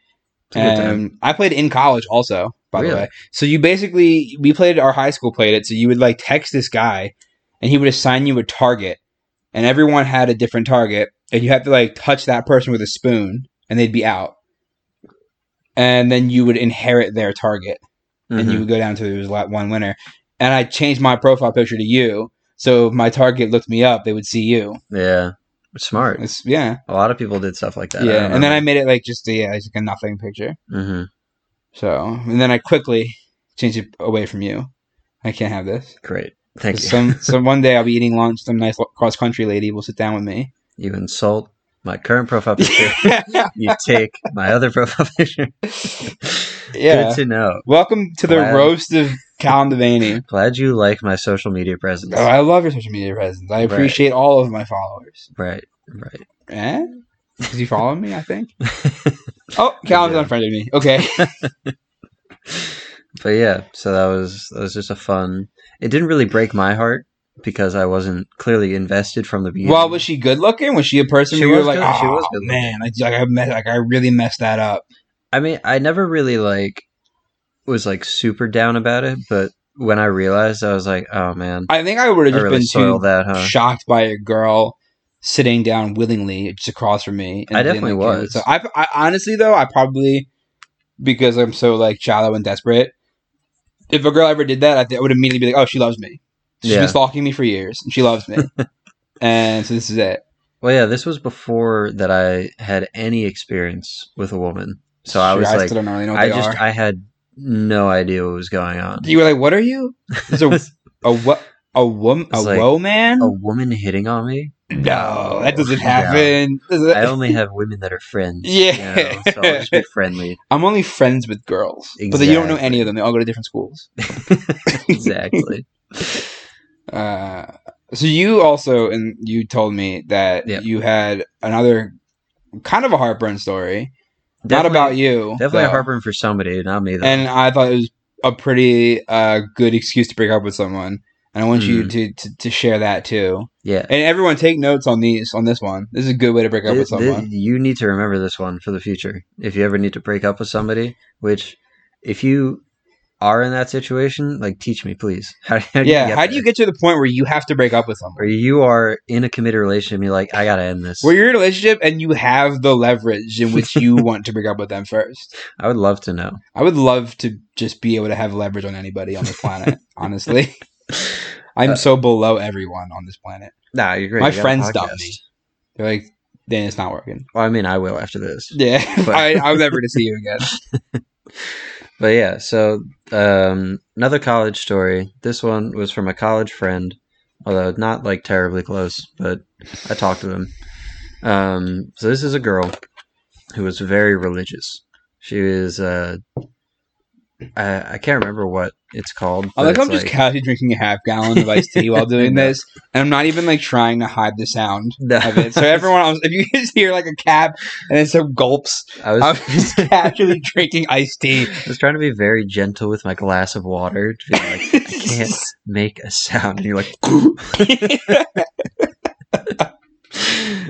Speaker 1: Um, I played in college also, by the
Speaker 2: Really?
Speaker 1: way. So you basically, we played, our high school played it. So you would like text this guy and he would assign you a target. And everyone had a different target. And you have to like touch that person with a spoon and they'd be out. And then you would inherit their target and
Speaker 2: Mm-hmm.
Speaker 1: you would go down to there was like one winner. And I changed my profile picture to you, so if my target looked me up, they would see you.
Speaker 2: mm-hmm. yeah, smart.
Speaker 1: It's, yeah,
Speaker 2: A lot of people did stuff like that.
Speaker 1: yeah. And then I made it like just a, yeah, it's like a nothing picture.
Speaker 2: hmm
Speaker 1: So and then I quickly changed it away from you. I can't have this.
Speaker 2: great. Thank you.
Speaker 1: Some
Speaker 2: <laughs>
Speaker 1: some one day I'll be eating lunch. Some nice cross country lady will sit down with
Speaker 2: <laughs>
Speaker 1: me.
Speaker 2: you insult my current
Speaker 1: <laughs>
Speaker 2: profile picture. you take my other <laughs> profile picture.
Speaker 1: Yeah.
Speaker 2: Good to know.
Speaker 1: Welcome to the
Speaker 2: Wow.
Speaker 1: roast of Cal
Speaker 2: <laughs>
Speaker 1: Devaney.
Speaker 2: Glad you like my social media presence.
Speaker 1: Oh, I love your social media presence. I appreciate all of my followers.
Speaker 2: right, right.
Speaker 1: Eh?
Speaker 2: Mm.
Speaker 1: Because you follow me, I
Speaker 2: <laughs>
Speaker 1: think. Oh, Calvin's
Speaker 2: Yeah.
Speaker 1: unfriended me.
Speaker 2: <laughs>
Speaker 1: Okay.
Speaker 2: But yeah, so that was that was just a fun. It didn't really break my heart because I wasn't clearly invested from the beginning.
Speaker 1: Well, was she good looking? Was she a person
Speaker 2: She
Speaker 1: where you were
Speaker 2: was
Speaker 1: like,
Speaker 2: good- she
Speaker 1: oh,
Speaker 2: was good looking."
Speaker 1: man, I, like, I mess, like, I really messed that up.
Speaker 2: I mean, I never really like was like super down about it, but when I realized, I was like, oh man,
Speaker 1: I think I would
Speaker 2: I
Speaker 1: have just
Speaker 2: really
Speaker 1: been too
Speaker 2: soiled that, huh?
Speaker 1: shocked by a girl sitting down willingly just across from me. being,
Speaker 2: I definitely
Speaker 1: like,
Speaker 2: was.
Speaker 1: So I, I honestly though, I probably because I'm so like shallow and desperate. If a girl ever did that, I, th- I would immediately be like, oh, she loves me. She's
Speaker 2: Yeah.
Speaker 1: been stalking me for years, and she loves
Speaker 2: <laughs>
Speaker 1: me. and so this is it.
Speaker 2: Well, yeah, this was before that I had any experience with a woman, so I
Speaker 1: Your
Speaker 2: was
Speaker 1: eyes
Speaker 2: like,
Speaker 1: still don't really know what
Speaker 2: I
Speaker 1: they
Speaker 2: just
Speaker 1: are.
Speaker 2: I had no idea what was going on.
Speaker 1: You were like, "What are you?
Speaker 2: <laughs>
Speaker 1: Is a a what a woman a
Speaker 2: It's like-
Speaker 1: woe man?
Speaker 2: A woman hitting on me?
Speaker 1: no, that doesn't
Speaker 2: No.
Speaker 1: happen. Does it-
Speaker 2: I only have women that are friends.
Speaker 1: Yeah.
Speaker 2: you know, so I'll just
Speaker 1: <laughs>
Speaker 2: be friendly.
Speaker 1: I'm only friends with girls, but then you don't know
Speaker 2: Exactly.
Speaker 1: any of them. They all go to different
Speaker 2: <laughs>
Speaker 1: schools.
Speaker 2: exactly.
Speaker 1: Uh, so you also and you told me that
Speaker 2: Yep.
Speaker 1: you had another kind of a heartburn story, <laughs> not
Speaker 2: Definitely-
Speaker 1: about you,
Speaker 2: Definitely a
Speaker 1: though.
Speaker 2: heartburn for somebody, not me. Though.
Speaker 1: And I thought it was a pretty uh, good excuse to break up with someone. And I want you
Speaker 2: Mhm.
Speaker 1: to, to, to share that too.
Speaker 2: yeah.
Speaker 1: And everyone, take notes on these on this one. This is a good way to break up with
Speaker 2: Th-
Speaker 1: someone.
Speaker 2: th- you need to remember this one for the future. If you ever need to break up with somebody, which if you are in that situation, like teach me, please. <laughs> How, how do
Speaker 1: yeah
Speaker 2: you
Speaker 1: how do you
Speaker 2: there?
Speaker 1: get to the point where you have to break up with
Speaker 2: Or
Speaker 1: someone
Speaker 2: you are in a committed relationship and you're like, I gotta end this.
Speaker 1: where you're in a relationship and you have the leverage in which
Speaker 2: <laughs>
Speaker 1: you want to break up with them first
Speaker 2: I would love to know.
Speaker 1: i would love to just be able to have leverage on anybody on this
Speaker 2: <laughs>
Speaker 1: planet honestly i'm
Speaker 2: Uh,
Speaker 1: so below everyone on this planet
Speaker 2: Nah, you're great.
Speaker 1: my
Speaker 2: You got a
Speaker 1: friends dump
Speaker 2: podcast.
Speaker 1: me they're like then it's not working.
Speaker 2: Well, I mean, I will after this.
Speaker 1: Yeah,
Speaker 2: <laughs> But-
Speaker 1: I, I'm never to see you
Speaker 2: <laughs>
Speaker 1: again.
Speaker 2: But yeah, so um, another college story. This one was from a college friend, although not like terribly close, but I talked to him. Um, so this is a girl who was very religious. She was, uh, I, I can't remember what it's called.
Speaker 1: I
Speaker 2: but
Speaker 1: like
Speaker 2: it's
Speaker 1: I'm Oh, just
Speaker 2: <laughs>
Speaker 1: casually drinking a half gallon of iced tea while doing
Speaker 2: No.
Speaker 1: this, and I'm not even like trying to hide the sound
Speaker 2: No.
Speaker 1: of it. So everyone else, if you <laughs> just hear like a cap and then some gulps,
Speaker 2: I was,
Speaker 1: I'm <laughs> just <laughs> casually drinking iced tea.
Speaker 2: I was trying to be very gentle with my glass of water to
Speaker 1: <laughs>
Speaker 2: be like, I can't make a sound. And you're like,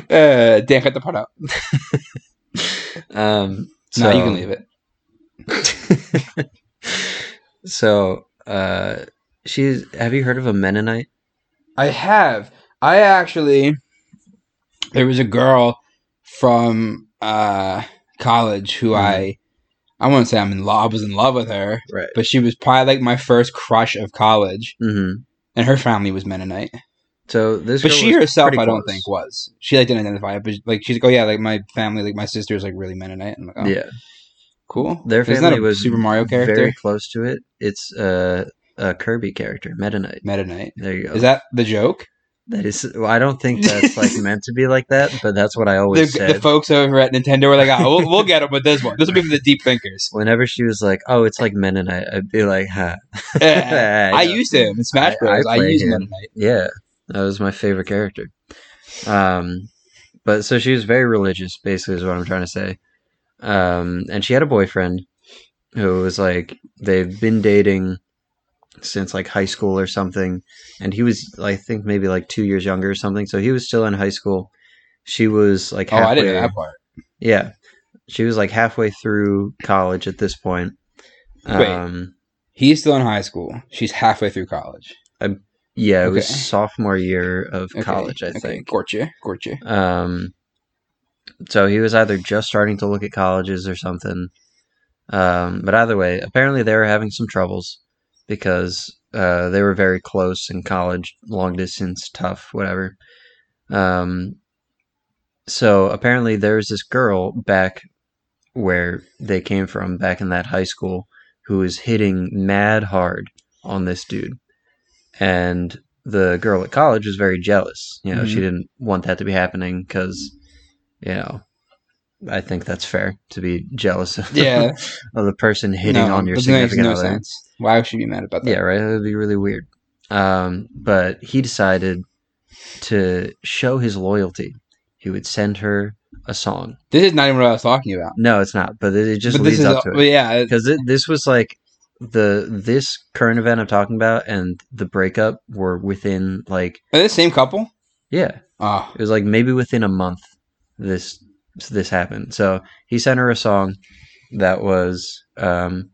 Speaker 1: uh, Dan, cut the part out.
Speaker 2: um, so
Speaker 1: no, you can leave it.
Speaker 2: so uh she's have you heard of a mennonite
Speaker 1: I have. I actually, there was a girl from uh, college who I, I won't say I'm in love. I was in love with her,
Speaker 2: right
Speaker 1: but she was probably like my first crush of college,
Speaker 2: hmm
Speaker 1: and her family was Mennonite.
Speaker 2: so this
Speaker 1: Mm-hmm. but
Speaker 2: girl
Speaker 1: she
Speaker 2: was
Speaker 1: herself,
Speaker 2: pretty
Speaker 1: I don't
Speaker 2: close.
Speaker 1: think was. She like didn't identify it, but like she's like, oh yeah, like my family, like my sister's like really Mennonite. I'm like, oh,
Speaker 2: yeah
Speaker 1: cool.
Speaker 2: Their
Speaker 1: Isn't
Speaker 2: family
Speaker 1: that a
Speaker 2: was
Speaker 1: Super Mario character.
Speaker 2: very close to it it's uh a kirby character mennonite
Speaker 1: Mennonite.
Speaker 2: there you go
Speaker 1: Is that the joke?
Speaker 2: that is well, i don't think that's
Speaker 1: <laughs>
Speaker 2: like meant to be like that but that's what i
Speaker 1: The,
Speaker 2: always
Speaker 1: the
Speaker 2: said
Speaker 1: folks over at Nintendo were like, oh, we'll, we'll get them with this one. This will be for the deep
Speaker 2: <laughs>
Speaker 1: thinkers.
Speaker 2: whenever she was like oh it's like mennonite i'd be like huh <laughs>
Speaker 1: Yeah. Eh, I
Speaker 2: know.
Speaker 1: used him in Smash
Speaker 2: I-
Speaker 1: Bros.
Speaker 2: I
Speaker 1: I,
Speaker 2: play
Speaker 1: used
Speaker 2: him.
Speaker 1: Mennonite.
Speaker 2: Yeah, that was my favorite character. Um, but so she was very religious, basically, is what I'm trying to say. Um, and she had a boyfriend who was like they've been dating since like high school or something, and he was I think maybe like two years younger or something. So he was still in high school. She was like
Speaker 1: Oh,
Speaker 2: halfway.
Speaker 1: I didn't know that part.
Speaker 2: Yeah, she was like halfway through college at this point.
Speaker 1: Wait.
Speaker 2: Um,
Speaker 1: He's still in high school. She's halfway through college.
Speaker 2: yeah, it was
Speaker 1: Okay.
Speaker 2: sophomore year of
Speaker 1: Okay,
Speaker 2: college, I
Speaker 1: okay,
Speaker 2: think.
Speaker 1: Gotcha.
Speaker 2: <laughs>
Speaker 1: Gotcha.
Speaker 2: Um, so he was either just starting to look at colleges or something. Um, but either way, apparently they were having some troubles because uh, they were very close in college, long distance, tough, whatever. Um, so apparently there was this girl back where they came from, back in that high school, who was hitting mad hard on this dude. And the girl at college was very jealous. You know, she
Speaker 1: Mhm.
Speaker 2: didn't want that to be happening because, you know, I think that's fair to be jealous of, <laughs>
Speaker 1: Yeah.
Speaker 2: of the person hitting
Speaker 1: No,
Speaker 2: on your
Speaker 1: doesn't make
Speaker 2: significant
Speaker 1: no
Speaker 2: other.
Speaker 1: sense. Why would she be mad about that?
Speaker 2: Yeah, right. That would be really weird. Um, but he decided to show his loyalty. He would send her a song.
Speaker 1: This is not even what I was talking about.
Speaker 2: No, it's not, but it it just
Speaker 1: but this
Speaker 2: leads
Speaker 1: is
Speaker 2: up
Speaker 1: a-
Speaker 2: to
Speaker 1: but
Speaker 2: it
Speaker 1: yeah, it-
Speaker 2: because this was like the this current event I'm talking about and the breakup were within like
Speaker 1: are they the same couple?
Speaker 2: yeah,
Speaker 1: Oh,
Speaker 2: it was like maybe within a month this this happened. So he sent her a song that was um,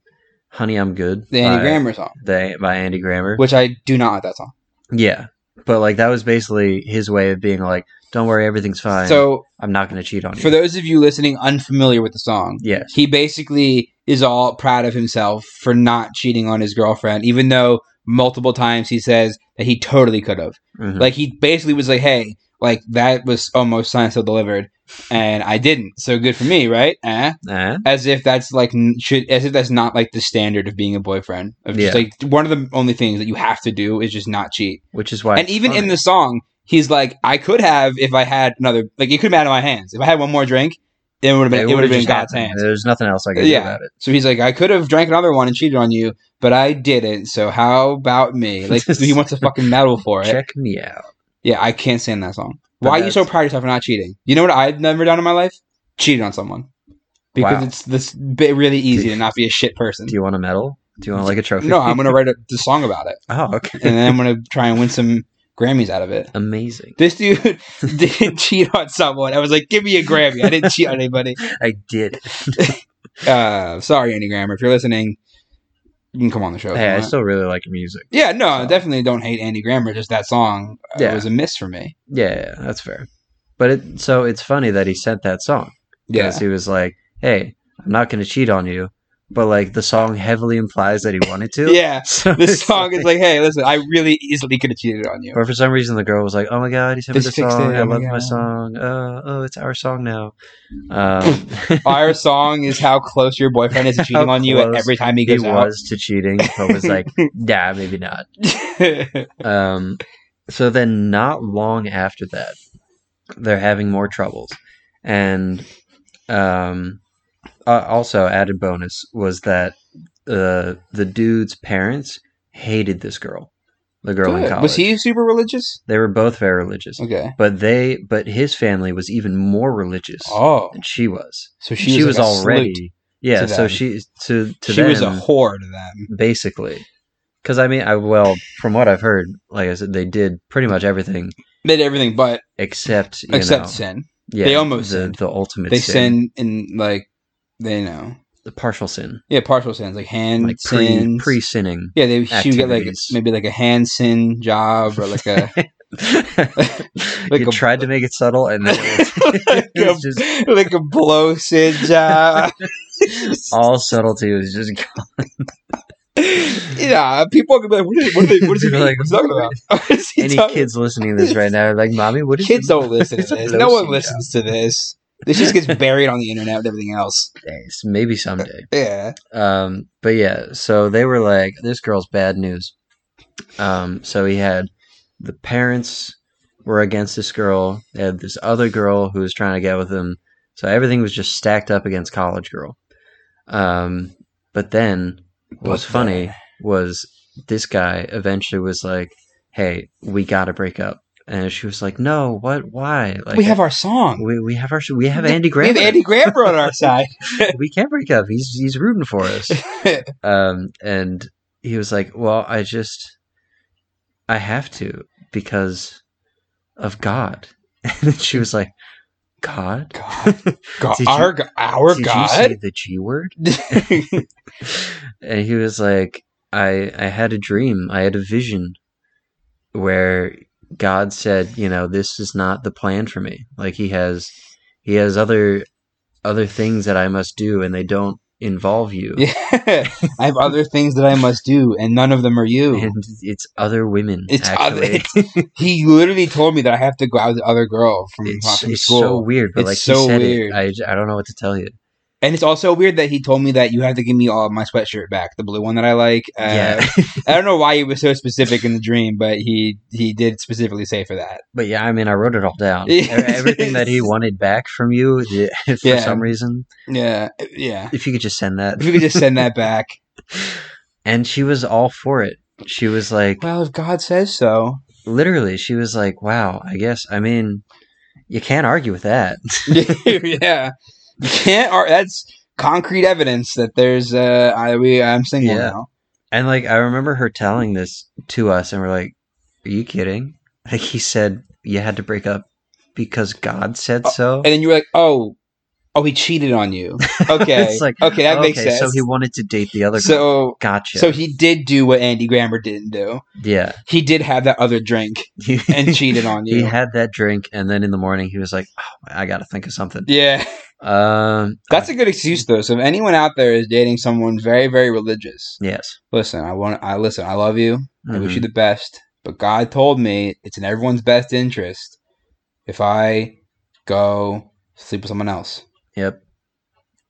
Speaker 2: "Honey, I'm Good"
Speaker 1: the Andy
Speaker 2: by,
Speaker 1: Grammer song,
Speaker 2: the, by Andy Grammer.
Speaker 1: which I do not like that song.
Speaker 2: Yeah. But like that was basically his way of being like, Don't worry, everything's fine.
Speaker 1: So,
Speaker 2: I'm not gonna cheat on you.
Speaker 1: for those of you listening unfamiliar with the song,
Speaker 2: yes.
Speaker 1: he basically is all proud of himself for not cheating on his girlfriend, even though multiple times he says that he totally could have.
Speaker 2: Mhm.
Speaker 1: Like he basically was like, "Hey, like that was almost science still delivered, and I didn't. So good for me, right?" Eh?
Speaker 2: Eh?
Speaker 1: As if that's like n- should as if that's not like the standard of being a boyfriend. Of just
Speaker 2: Yeah.
Speaker 1: like one of the only things that you have to do is just not cheat.
Speaker 2: Which is why
Speaker 1: and
Speaker 2: it's
Speaker 1: even in
Speaker 2: funny.
Speaker 1: the song, he's like, "I could have if I had another like it could have been out of my hands. If I had one more drink, it would have been it, would have
Speaker 2: would've
Speaker 1: been
Speaker 2: just
Speaker 1: God's
Speaker 2: happened.
Speaker 1: hands."
Speaker 2: There's nothing else I can
Speaker 1: Yeah.
Speaker 2: do about it.
Speaker 1: So he's like, I could have drank another one and cheated on you, but I didn't. So how about
Speaker 2: <laughs>
Speaker 1: me? Like he wants a fucking medal for it.
Speaker 2: Check me out.
Speaker 1: Yeah, I can't stand that song.
Speaker 2: But
Speaker 1: Why are you so
Speaker 2: that's-
Speaker 1: proud of yourself for not cheating? You know what I've never done in my life? Cheated on someone because
Speaker 2: Wow.
Speaker 1: it's this bit really easy to not be a shit person.
Speaker 2: Do you want a medal? Do you want like a trophy? <laughs>
Speaker 1: No, I'm gonna write a the song about it,
Speaker 2: Oh, okay.
Speaker 1: <laughs> and then I'm gonna try and win some Grammys out of it.
Speaker 2: Amazing.
Speaker 1: This dude <laughs> didn't cheat on someone. I was like, give me a Grammy. I didn't cheat on anybody.
Speaker 2: I did it.
Speaker 1: Uh, sorry, Andy Grammer, if you're listening, you can come on the show. if you
Speaker 2: hey, I
Speaker 1: want.
Speaker 2: still really like music.
Speaker 1: Yeah, no, I
Speaker 2: So-
Speaker 1: definitely don't hate Andy Grammer. Just that song uh,
Speaker 2: Yeah.
Speaker 1: was a miss for me.
Speaker 2: Yeah, yeah, that's fair. But it so it's funny that he sent that song.
Speaker 1: Yeah,
Speaker 2: Because he was like, Hey, I'm not gonna cheat on you, but like the song heavily implies that he wanted to.
Speaker 1: Yeah.
Speaker 2: <laughs> So
Speaker 1: This
Speaker 2: it's
Speaker 1: song is like, hey, listen, I really easily could have cheated on you.
Speaker 2: But <laughs> for some reason, the girl was like, "Oh my god, he sent me
Speaker 1: This
Speaker 2: the
Speaker 1: fixed
Speaker 2: song.
Speaker 1: it.
Speaker 2: I
Speaker 1: Oh my
Speaker 2: love my
Speaker 1: God."
Speaker 2: song. Uh, oh, it's our
Speaker 1: <laughs>
Speaker 2: song now." Um,
Speaker 1: Our song is how close your boyfriend is to cheating
Speaker 2: <laughs> How
Speaker 1: on you
Speaker 2: close
Speaker 1: every time he
Speaker 2: he
Speaker 1: goes out.
Speaker 2: was to cheating, but
Speaker 1: <laughs>
Speaker 2: was like, "Nah, maybe not." Um, so then, not long after that, they're having more troubles, and um, uh, also added bonus was that uh, the dude's parents hated this girl, the girl in
Speaker 1: Good.
Speaker 2: college.
Speaker 1: Was he super religious?
Speaker 2: They were both very religious,
Speaker 1: Okay.
Speaker 2: but they, but his family was even more religious
Speaker 1: Oh,
Speaker 2: than she was.
Speaker 1: so
Speaker 2: She,
Speaker 1: she,
Speaker 2: was,
Speaker 1: like a
Speaker 2: already,
Speaker 1: slut.
Speaker 2: yeah.
Speaker 1: to
Speaker 2: So
Speaker 1: them.
Speaker 2: she to to
Speaker 1: She was a
Speaker 2: them,
Speaker 1: whore to them.
Speaker 2: basically. Because I mean, I well, from what I've heard, like I said, they did pretty much everything
Speaker 1: They did everything but
Speaker 2: except you
Speaker 1: except
Speaker 2: know,
Speaker 1: sin.
Speaker 2: yeah,
Speaker 1: They almost
Speaker 2: the,
Speaker 1: sinned.
Speaker 2: the ultimate
Speaker 1: They
Speaker 2: sin,
Speaker 1: sin in like they know.
Speaker 2: the partial sin,
Speaker 1: Yeah, partial sins like hand
Speaker 2: like pre
Speaker 1: sins.
Speaker 2: pre sinning.
Speaker 1: <laughs>
Speaker 2: <laughs>
Speaker 1: yeah, they she would get like
Speaker 2: activities.
Speaker 1: maybe like a hand sin job or like
Speaker 2: <laughs>
Speaker 1: a
Speaker 2: you
Speaker 1: a-
Speaker 2: tried to make it subtle, and then it
Speaker 1: <laughs>
Speaker 2: was
Speaker 1: like, a
Speaker 2: It's just-
Speaker 1: like a blow sin
Speaker 2: <laughs>
Speaker 1: job.
Speaker 2: all subtlety was just gone.
Speaker 1: yeah, people could be like, what is, what are they, what is he
Speaker 2: <laughs> You're
Speaker 1: mean?
Speaker 2: like,
Speaker 1: What's he talking about? <laughs> What is he
Speaker 2: Any
Speaker 1: talking
Speaker 2: kids listening to this right now are like, "Mommy, what
Speaker 1: about?
Speaker 2: is
Speaker 1: Kids
Speaker 2: it?
Speaker 1: don't listen to
Speaker 2: <laughs> It's a
Speaker 1: this.
Speaker 2: blow
Speaker 1: No one
Speaker 2: sin
Speaker 1: listens to this. This just gets buried on the internet with everything else.
Speaker 2: Yes, Maybe someday."
Speaker 1: Yeah.
Speaker 2: Um, but yeah, so they were like, "This girl's bad news." Um, so he had the parents were against this girl. They had this other girl who was trying to get with him. So everything was just stacked up against college girl. Um, but then what was
Speaker 1: But
Speaker 2: funny
Speaker 1: then-
Speaker 2: was this guy eventually was like, "Hey, we got to break up," and she was like, "No, what? Why? Like,
Speaker 1: we have our song.
Speaker 2: we, we have our we have Andy
Speaker 1: We
Speaker 2: Grant.
Speaker 1: have Andy Grammer on our
Speaker 2: <laughs>
Speaker 1: side.
Speaker 2: we can't break up. He's he's rooting for <laughs> us." um, and he was like, "Well, I just, I have to because of God." <laughs> And then she was like, "God, <laughs>
Speaker 1: God, God,
Speaker 2: Did you-
Speaker 1: our, go- our
Speaker 2: did you
Speaker 1: God.
Speaker 2: say the G word?" <laughs> and he was like, "I, I had a dream. I had a vision where God said, you know, this is not the plan for me. Like he has, he has other, other things that I must do, and they don't involve you."
Speaker 1: <laughs> yeah, I have other things that I must do, and none of them are you.
Speaker 2: And it's other women.
Speaker 1: It's other-
Speaker 2: actually.
Speaker 1: He literally told me that I have to go out with the other girl from,
Speaker 2: it's,
Speaker 1: from
Speaker 2: it's
Speaker 1: school.
Speaker 2: so weird, but
Speaker 1: It's
Speaker 2: like he
Speaker 1: so
Speaker 2: said it,
Speaker 1: weird.
Speaker 2: I, j- I don't know what to tell you.
Speaker 1: And it's also weird that he told me that you have to give me all my sweatshirt back, the blue one that I like. Uh,
Speaker 2: yeah,
Speaker 1: <laughs> I don't know why he was so specific in the dream, but he he did specifically say for that.
Speaker 2: but yeah, I mean, I wrote it all down. E-
Speaker 1: Yes.
Speaker 2: Everything that he wanted back from you, yeah, <laughs> for
Speaker 1: Yeah.
Speaker 2: some reason,
Speaker 1: Yeah, yeah.
Speaker 2: if you could just send that.
Speaker 1: If you could just send that back.
Speaker 2: And she was all for it. She was like,
Speaker 1: Well, if God says so.
Speaker 2: literally, she was like, "Wow, I guess." I mean, you can't argue with that.
Speaker 1: <laughs> yeah, you can't. Or that's concrete evidence that there's. Uh, I we I'm single
Speaker 2: Yeah.
Speaker 1: now.
Speaker 2: And like, I remember her telling this to us, and we're like, "Are you kidding?" Like he said, you had to break up because God said so.
Speaker 1: And then you were like, oh, oh, he cheated on
Speaker 2: <laughs>
Speaker 1: you. Okay,
Speaker 2: It's like,
Speaker 1: okay, that makes sense.
Speaker 2: So he wanted to date the other. girl.
Speaker 1: so
Speaker 2: gotcha.
Speaker 1: so he did do what Andy Grammer didn't do.
Speaker 2: yeah,
Speaker 1: He did have that other drink <laughs>
Speaker 2: <laughs>
Speaker 1: and cheated on
Speaker 2: He
Speaker 1: you.
Speaker 2: had that drink, and then in the morning he was like, oh, "I got to think of something."
Speaker 1: yeah.
Speaker 2: Um,
Speaker 1: That's a good excuse though. So if anyone out there is dating someone very, very religious,
Speaker 2: yes.
Speaker 1: listen, I want I listen, I love you. I wish
Speaker 2: Mhm.
Speaker 1: you the best. But God told me it's in everyone's best interest if I go sleep with someone else.
Speaker 2: Yep.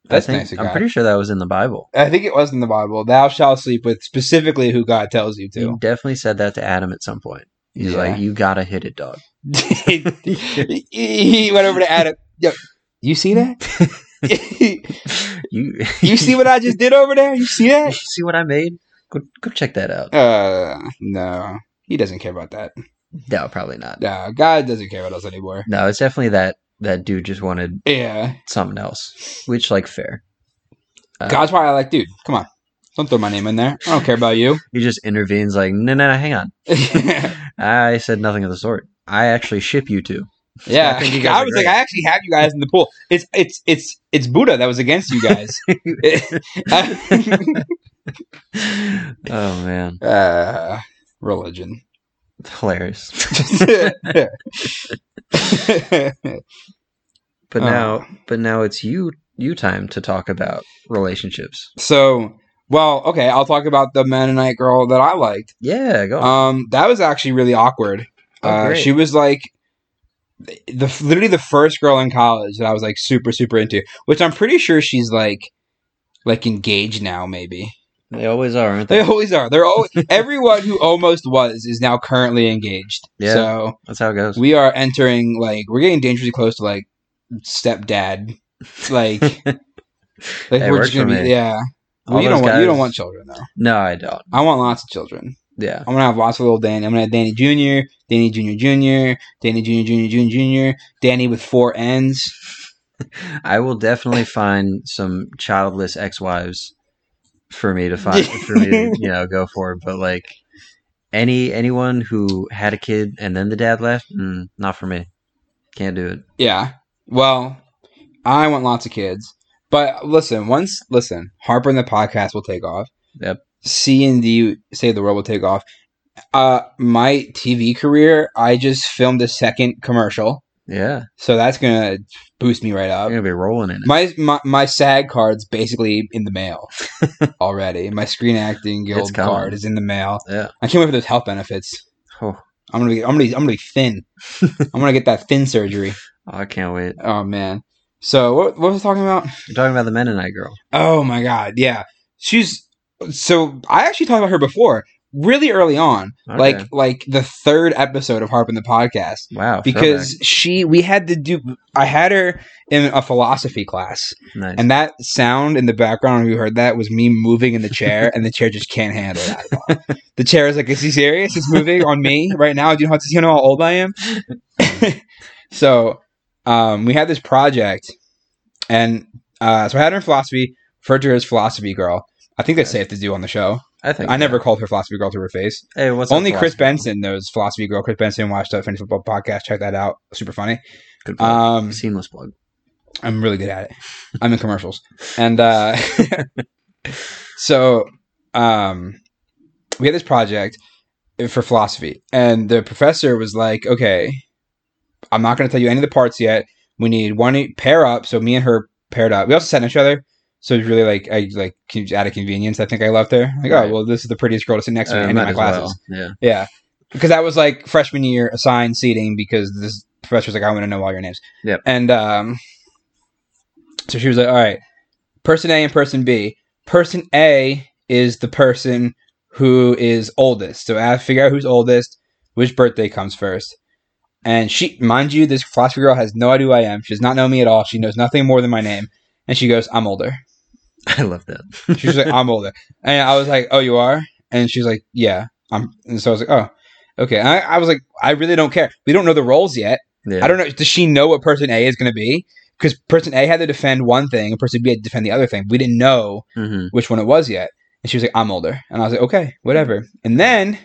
Speaker 1: That's
Speaker 2: I think,
Speaker 1: nice of
Speaker 2: I'm
Speaker 1: God.
Speaker 2: pretty sure that was in the Bible.
Speaker 1: I think it was in the Bible. Thou shalt sleep with specifically who God tells you
Speaker 2: He <laughs>
Speaker 1: to.
Speaker 2: definitely said that to Adam at some point. He's
Speaker 1: Yeah.
Speaker 2: like, "You gotta hit
Speaker 1: <laughs>
Speaker 2: it, dog."
Speaker 1: he he went over to Adam. Yo, you see that?
Speaker 2: You
Speaker 1: <laughs>
Speaker 2: <laughs>
Speaker 1: you see what I just did over there? You see
Speaker 2: you
Speaker 1: that?
Speaker 2: see what I made? Go go check that out.
Speaker 1: Uh, no. He doesn't care about that.
Speaker 2: No, probably not.
Speaker 1: No, God doesn't care about us anymore.
Speaker 2: No, it's definitely that that dude just wanted
Speaker 1: Yeah.
Speaker 2: something else, which like fair. Uh,
Speaker 1: God's why I like, dude, come on. Don't throw my name in there. I don't care about you. <laughs>
Speaker 2: he just intervenes like, "No, no, no, hang on."
Speaker 1: yeah.
Speaker 2: I said nothing of the sort. I actually ship you two. I think you
Speaker 1: <laughs>
Speaker 2: guys
Speaker 1: I
Speaker 2: are
Speaker 1: was
Speaker 2: great.
Speaker 1: like, I actually have you guys in the pool. It's it's it's it's Buddha that was against you
Speaker 2: <laughs>
Speaker 1: guys. <laughs>
Speaker 2: oh man,
Speaker 1: uh, religion. <laughs>
Speaker 2: hilarious!
Speaker 1: but Uh.
Speaker 2: But now, but now it's you you time to talk about relationships.
Speaker 1: So, well, okay, I'll talk about the Mennonite girl that I liked.
Speaker 2: Yeah, go. on.
Speaker 1: Um, that was actually really awkward.
Speaker 2: Oh,
Speaker 1: uh,
Speaker 2: great.
Speaker 1: she was like the literally the first girl in college that I was like super super into, which I'm pretty sure she's like like engaged now. Maybe
Speaker 2: they always are,
Speaker 1: <laughs>
Speaker 2: aren't
Speaker 1: they
Speaker 2: they?
Speaker 1: always are. They're always everyone who almost was is now currently engaged.
Speaker 2: Yeah.
Speaker 1: So
Speaker 2: That's how it goes.
Speaker 1: we are entering like we're getting dangerously close to like stepdad.
Speaker 2: <laughs>
Speaker 1: Like, like we're
Speaker 2: works
Speaker 1: just gonna
Speaker 2: for
Speaker 1: be
Speaker 2: me.
Speaker 1: yeah.
Speaker 2: All
Speaker 1: Well, you
Speaker 2: those
Speaker 1: don't want you don't
Speaker 2: guys-
Speaker 1: want children though.
Speaker 2: No, I don't.
Speaker 1: I want lots of children.
Speaker 2: Yeah.
Speaker 1: I'm gonna have lots of little Danny. I'm gonna have Danny Junior, Danny Junior Junior, Danny Junior Junior Junior Junior, Danny with four N's.
Speaker 2: I will definitely find some childless ex-wives for me to find for me
Speaker 1: <laughs>
Speaker 2: to, you know, go for, but like any anyone who had a kid and then the dad left, mm, not for me. Can't do it.
Speaker 1: Yeah. Well, I want lots of kids. But listen, once listen, Harper and the podcast will take off.
Speaker 2: Yep.
Speaker 1: C and D Save the World will take off. Uh my TV career, I just filmed a second commercial.
Speaker 2: Yeah.
Speaker 1: So that's gonna boost me right
Speaker 2: I'm
Speaker 1: up.
Speaker 2: going to be rolling in it.
Speaker 1: Uh, My, my my SAG card's basically in the
Speaker 2: <laughs>
Speaker 1: mail already. My screen acting guild
Speaker 2: coming.
Speaker 1: card is in the mail.
Speaker 2: Yeah.
Speaker 1: I can't wait for those health benefits.
Speaker 2: Oh,
Speaker 1: I'm gonna be I'm gonna be, I'm gonna be
Speaker 2: <laughs>
Speaker 1: thin. I'm gonna get that thin surgery.
Speaker 2: I can't wait.
Speaker 1: Oh man. So what what was I talking about?
Speaker 2: You're talking about the Mennonite girl.
Speaker 1: Oh my god, yeah. She's so I actually talked about her before, really early on,
Speaker 2: Okay.
Speaker 1: like like the third episode of Harp in the podcast,
Speaker 2: wow.
Speaker 1: because she we had to do. I had her in a philosophy class,
Speaker 2: throwback. nice.
Speaker 1: and that sound in the background, if you heard that, was me moving in the chair, and the chair just can't handle that. at all. the chair is like, is he serious? He's moving on me right now. Do you know how, do you know how old I am? <laughs> so um, we had this project, and uh, so I had her in philosophy, referred to her as philosophy girl. I think that's safe to do on the show.
Speaker 2: I think
Speaker 1: I
Speaker 2: so.
Speaker 1: never called her philosophy girl to her face.
Speaker 2: Hey, what's up,
Speaker 1: Only Chris
Speaker 2: philosophy?
Speaker 1: Benson knows philosophy girl. Chris Benson watched up Fantasy Football podcast. Check that out. Super funny.
Speaker 2: Good plug.
Speaker 1: Um,
Speaker 2: Seamless plug.
Speaker 1: I'm really good at it. I'm in commercials. And uh <laughs> so um we had this project for philosophy and the professor was like, "Okay, I'm not going to tell you any of the parts yet. We need one e-, pair up." So me and her paired up. We also sat next to each other. So it was really like I like out of convenience, I think I left her. Like,
Speaker 2: Right.
Speaker 1: "Oh, well, this is the prettiest girl to sit next to me
Speaker 2: Uh,
Speaker 1: in any
Speaker 2: might
Speaker 1: of my
Speaker 2: as well.
Speaker 1: classes."
Speaker 2: Yeah. <laughs>
Speaker 1: Yeah. Because that was like freshman year assigned seating because this professor's like, I want to know all your names.
Speaker 2: Yep.
Speaker 1: And um, so she was like, all right, person A and person B. Person A is the person who is oldest. So I have to figure out who's oldest, which birthday comes first. And she, mind you, this philosophy girl has no idea who I am. She does not know me at all. She knows nothing more than my name. And she goes, I'm older.
Speaker 2: I love that.
Speaker 1: She was like, I'm older. And I was like, Oh, you are? And she's like, Yeah. I'm and so I was like, Oh, okay. And I, I was like, I really don't care. We don't know the roles yet.
Speaker 2: Yeah.
Speaker 1: I don't know. Does she know what person A is gonna be? Because person A had to defend one thing and person B had to defend the other thing. We didn't know
Speaker 2: hmm
Speaker 1: which one it was yet. And she was like, I'm older. And I was like, Okay, whatever. And then,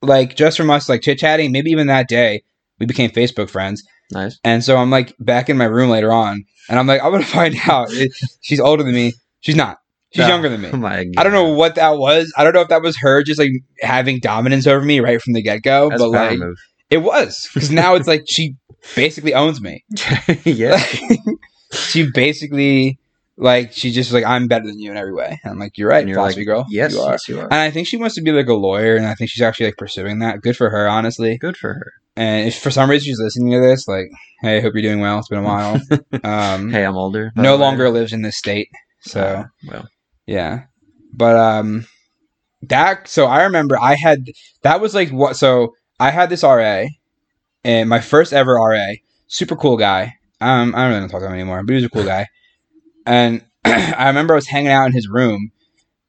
Speaker 1: like, just from us like chit chatting, maybe even that day, we became Facebook friends. <laughs>
Speaker 2: Nice.
Speaker 1: And so I'm like back in my room later on, and I'm like, I'm gonna <laughs> find out. It- she's older than me. She's not. She's
Speaker 2: No.
Speaker 1: younger than me.
Speaker 2: Oh my God.
Speaker 1: I don't know what that was. I don't know if that was her just like having dominance over me right from the get go,
Speaker 2: That's a
Speaker 1: but
Speaker 2: power
Speaker 1: like
Speaker 2: move. <laughs>
Speaker 1: <laughs> it was because now it's like she basically owns me.
Speaker 2: yeah.
Speaker 1: <laughs> she basically like she just was like I'm better than you in every way. And I'm like you're right,
Speaker 2: And you're
Speaker 1: philosophy girl.
Speaker 2: Yes.
Speaker 1: you are.
Speaker 2: Yes, <laughs> you are.
Speaker 1: And I think she wants to be like a lawyer, and I think she's actually like pursuing that. Good for her, honestly.
Speaker 2: Good for her.
Speaker 1: And if for some reason she's listening to this, like, hey, hope you're doing well. It's been a
Speaker 2: <laughs>
Speaker 1: while. Um,
Speaker 2: Hey, I'm older. by
Speaker 1: no
Speaker 2: the way.
Speaker 1: longer lives in this state, so.
Speaker 2: Uh, well, <laughs>
Speaker 1: Yeah. But um that so I remember I had that was like what so I had this RA and my first ever RA, super cool guy. Um I don't really talk to him anymore, but he was a cool guy. And <clears throat> I remember I was hanging out in his room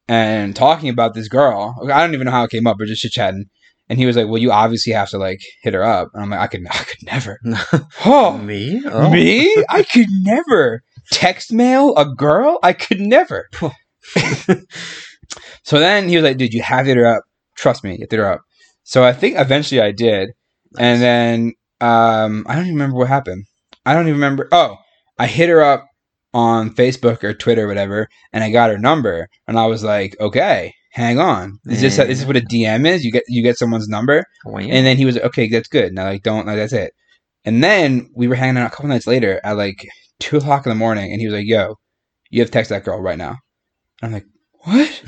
Speaker 1: and talking about this girl. I don't even know how it came up, but just chit chatting. And he was like, "Well, you obviously have to like hit her up." And I'm like, "I could, I could never." <laughs> Oh, <laughs>
Speaker 2: me? Oh. <laughs>
Speaker 1: me? I could never text mail a girl. I could never. so then he was like, "Dude, you have to hit her up. Trust me, hit her up." So I think eventually I did, and then um, I don't even remember what happened. I don't even remember. Oh, I hit her up on Facebook or Twitter or whatever, and I got her number, and I was like, "Okay, hang on. Is this is this what a DM is? You get you get someone's number."
Speaker 2: Well, yeah. <laughs>
Speaker 1: And then he was like, okay, that's good. Now, like, don't, like, that's it. And then we were hanging out a couple nights later at like two o'clock in the morning, and he was like, yo, you have to text that girl right now. And I'm like, what?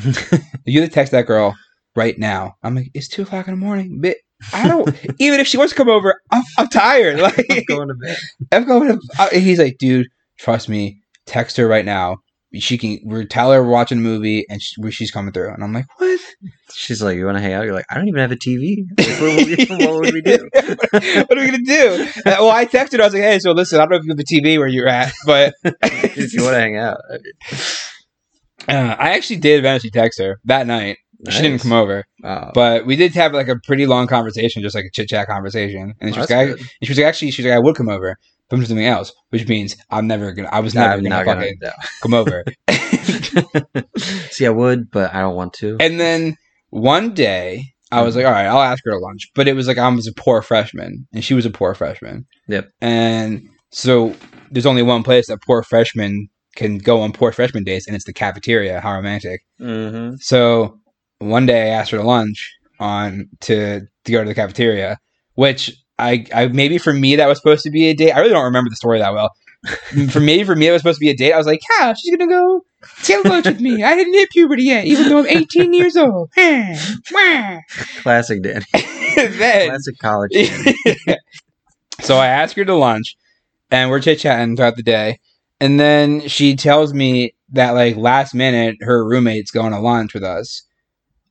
Speaker 1: you have to text that girl right now. I'm like, it's two o'clock in the morning. But I don't, even if she wants to come over, I'm, I'm tired. <laughs> Like,
Speaker 2: going to bed.
Speaker 1: I'm going to, I- he's like, dude, trust me, text her right now. She can, we're, tell her we're watching a movie and she, she's coming through. And I'm like, what?
Speaker 2: She's like, "You want to hang out?" You're like, "I don't even have a TV. Like, what, would we, <laughs> what would
Speaker 1: <laughs>
Speaker 2: we do?"
Speaker 1: what are we gonna do? Uh, well, I texted her. I was like, "Hey, so listen, I don't know if you have the TV where you're at,
Speaker 2: <laughs>
Speaker 1: but uh, <laughs>
Speaker 2: if you want to hang out,
Speaker 1: Uh, I actually did eventually text her that night. She didn't
Speaker 2: Nice.
Speaker 1: come over,
Speaker 2: Wow.
Speaker 1: but we did have like a pretty long conversation, just like a chit chat conversation. And
Speaker 2: Well,
Speaker 1: she was
Speaker 2: that's
Speaker 1: like, I,
Speaker 2: good.
Speaker 1: and she was like, actually, she was like, I would come over, but I'm doing something else, which means I'm never gonna. I was never
Speaker 2: I'm
Speaker 1: gonna
Speaker 2: not
Speaker 1: fucking
Speaker 2: gonna. no.
Speaker 1: come
Speaker 2: <laughs>
Speaker 1: over.
Speaker 2: See, I would, but I don't want to.
Speaker 1: and then one day. I was like, all right, I'll ask her to lunch. But it was like I was a poor freshman, and she was a poor freshman.
Speaker 2: Yep.
Speaker 1: And so there's only one place that poor freshmen can go on poor freshman dates, and it's the cafeteria. How romantic!
Speaker 2: Mm-hmm.
Speaker 1: So one day I asked her to lunch on to to go to the cafeteria, which I, I maybe for me that was supposed to be a date. I really don't remember the story that well. <laughs> for me, for me, it was supposed to be a date. I was like, yeah, she's gonna go get lunch with me. I didn't hit puberty yet, even though I'm 18 years old. <laughs> Eh, wah. <laughs>
Speaker 2: Classic Danny.
Speaker 1: then
Speaker 2: Classic college.
Speaker 1: <laughs>
Speaker 2: Danny.
Speaker 1: so I ask her to lunch, and we're chit chatting throughout the day, and then she tells me that like last minute her roommate's going to lunch with us,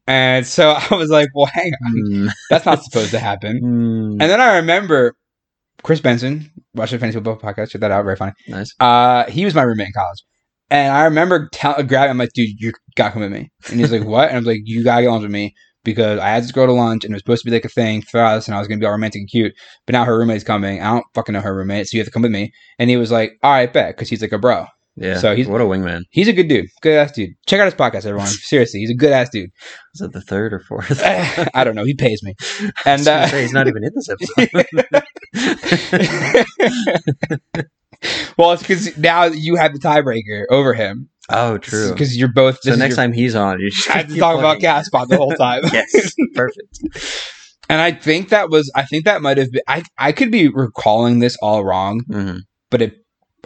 Speaker 1: and so <laughs> I was like, "Well, hang on,
Speaker 2: Mm.
Speaker 1: that's not supposed to happen."
Speaker 2: Mm.
Speaker 1: And then I remember Chris Benson, Russian Fantasy Football Podcast, check that out, very funny.
Speaker 2: Nice.
Speaker 1: Uh, he was my roommate in college. And I remember tell, grabbing, I'm like, dude, you gotta come with me. And he's
Speaker 2: <laughs>
Speaker 1: like, what? And I'm like, you gotta get lunch with me because I had this girl to lunch and it was supposed to be like a thing for us and I was gonna be all romantic and cute. But now her roommate's coming. I don't fucking know her roommate, so you have to come with me. And he was like, all right, bet, because he's like a bro.
Speaker 2: Yeah.
Speaker 1: So he's-
Speaker 2: what a wingman.
Speaker 1: He's a good dude, good ass dude. Check out his podcast,
Speaker 2: <laughs>
Speaker 1: everyone. Seriously, he's a good ass dude.
Speaker 2: Is that the third or fourth?
Speaker 1: I don't know, he pays me. And
Speaker 2: <laughs> I was gonna
Speaker 1: uh, <laughs>
Speaker 2: say, he's not even in this episode.
Speaker 1: well, it's because now you have the tiebreaker over him.
Speaker 2: oh, true.
Speaker 1: Because you're both.
Speaker 2: So
Speaker 1: this is
Speaker 2: next
Speaker 1: your-
Speaker 2: time he's on, you just
Speaker 1: I <laughs> had to
Speaker 2: keep
Speaker 1: talk about
Speaker 2: playing.
Speaker 1: Gaspot the whole time.
Speaker 2: Yes, perfect.
Speaker 1: <laughs> And I think that was, I think that might have been, I, I could be recalling this all wrong,
Speaker 2: hmm
Speaker 1: but it,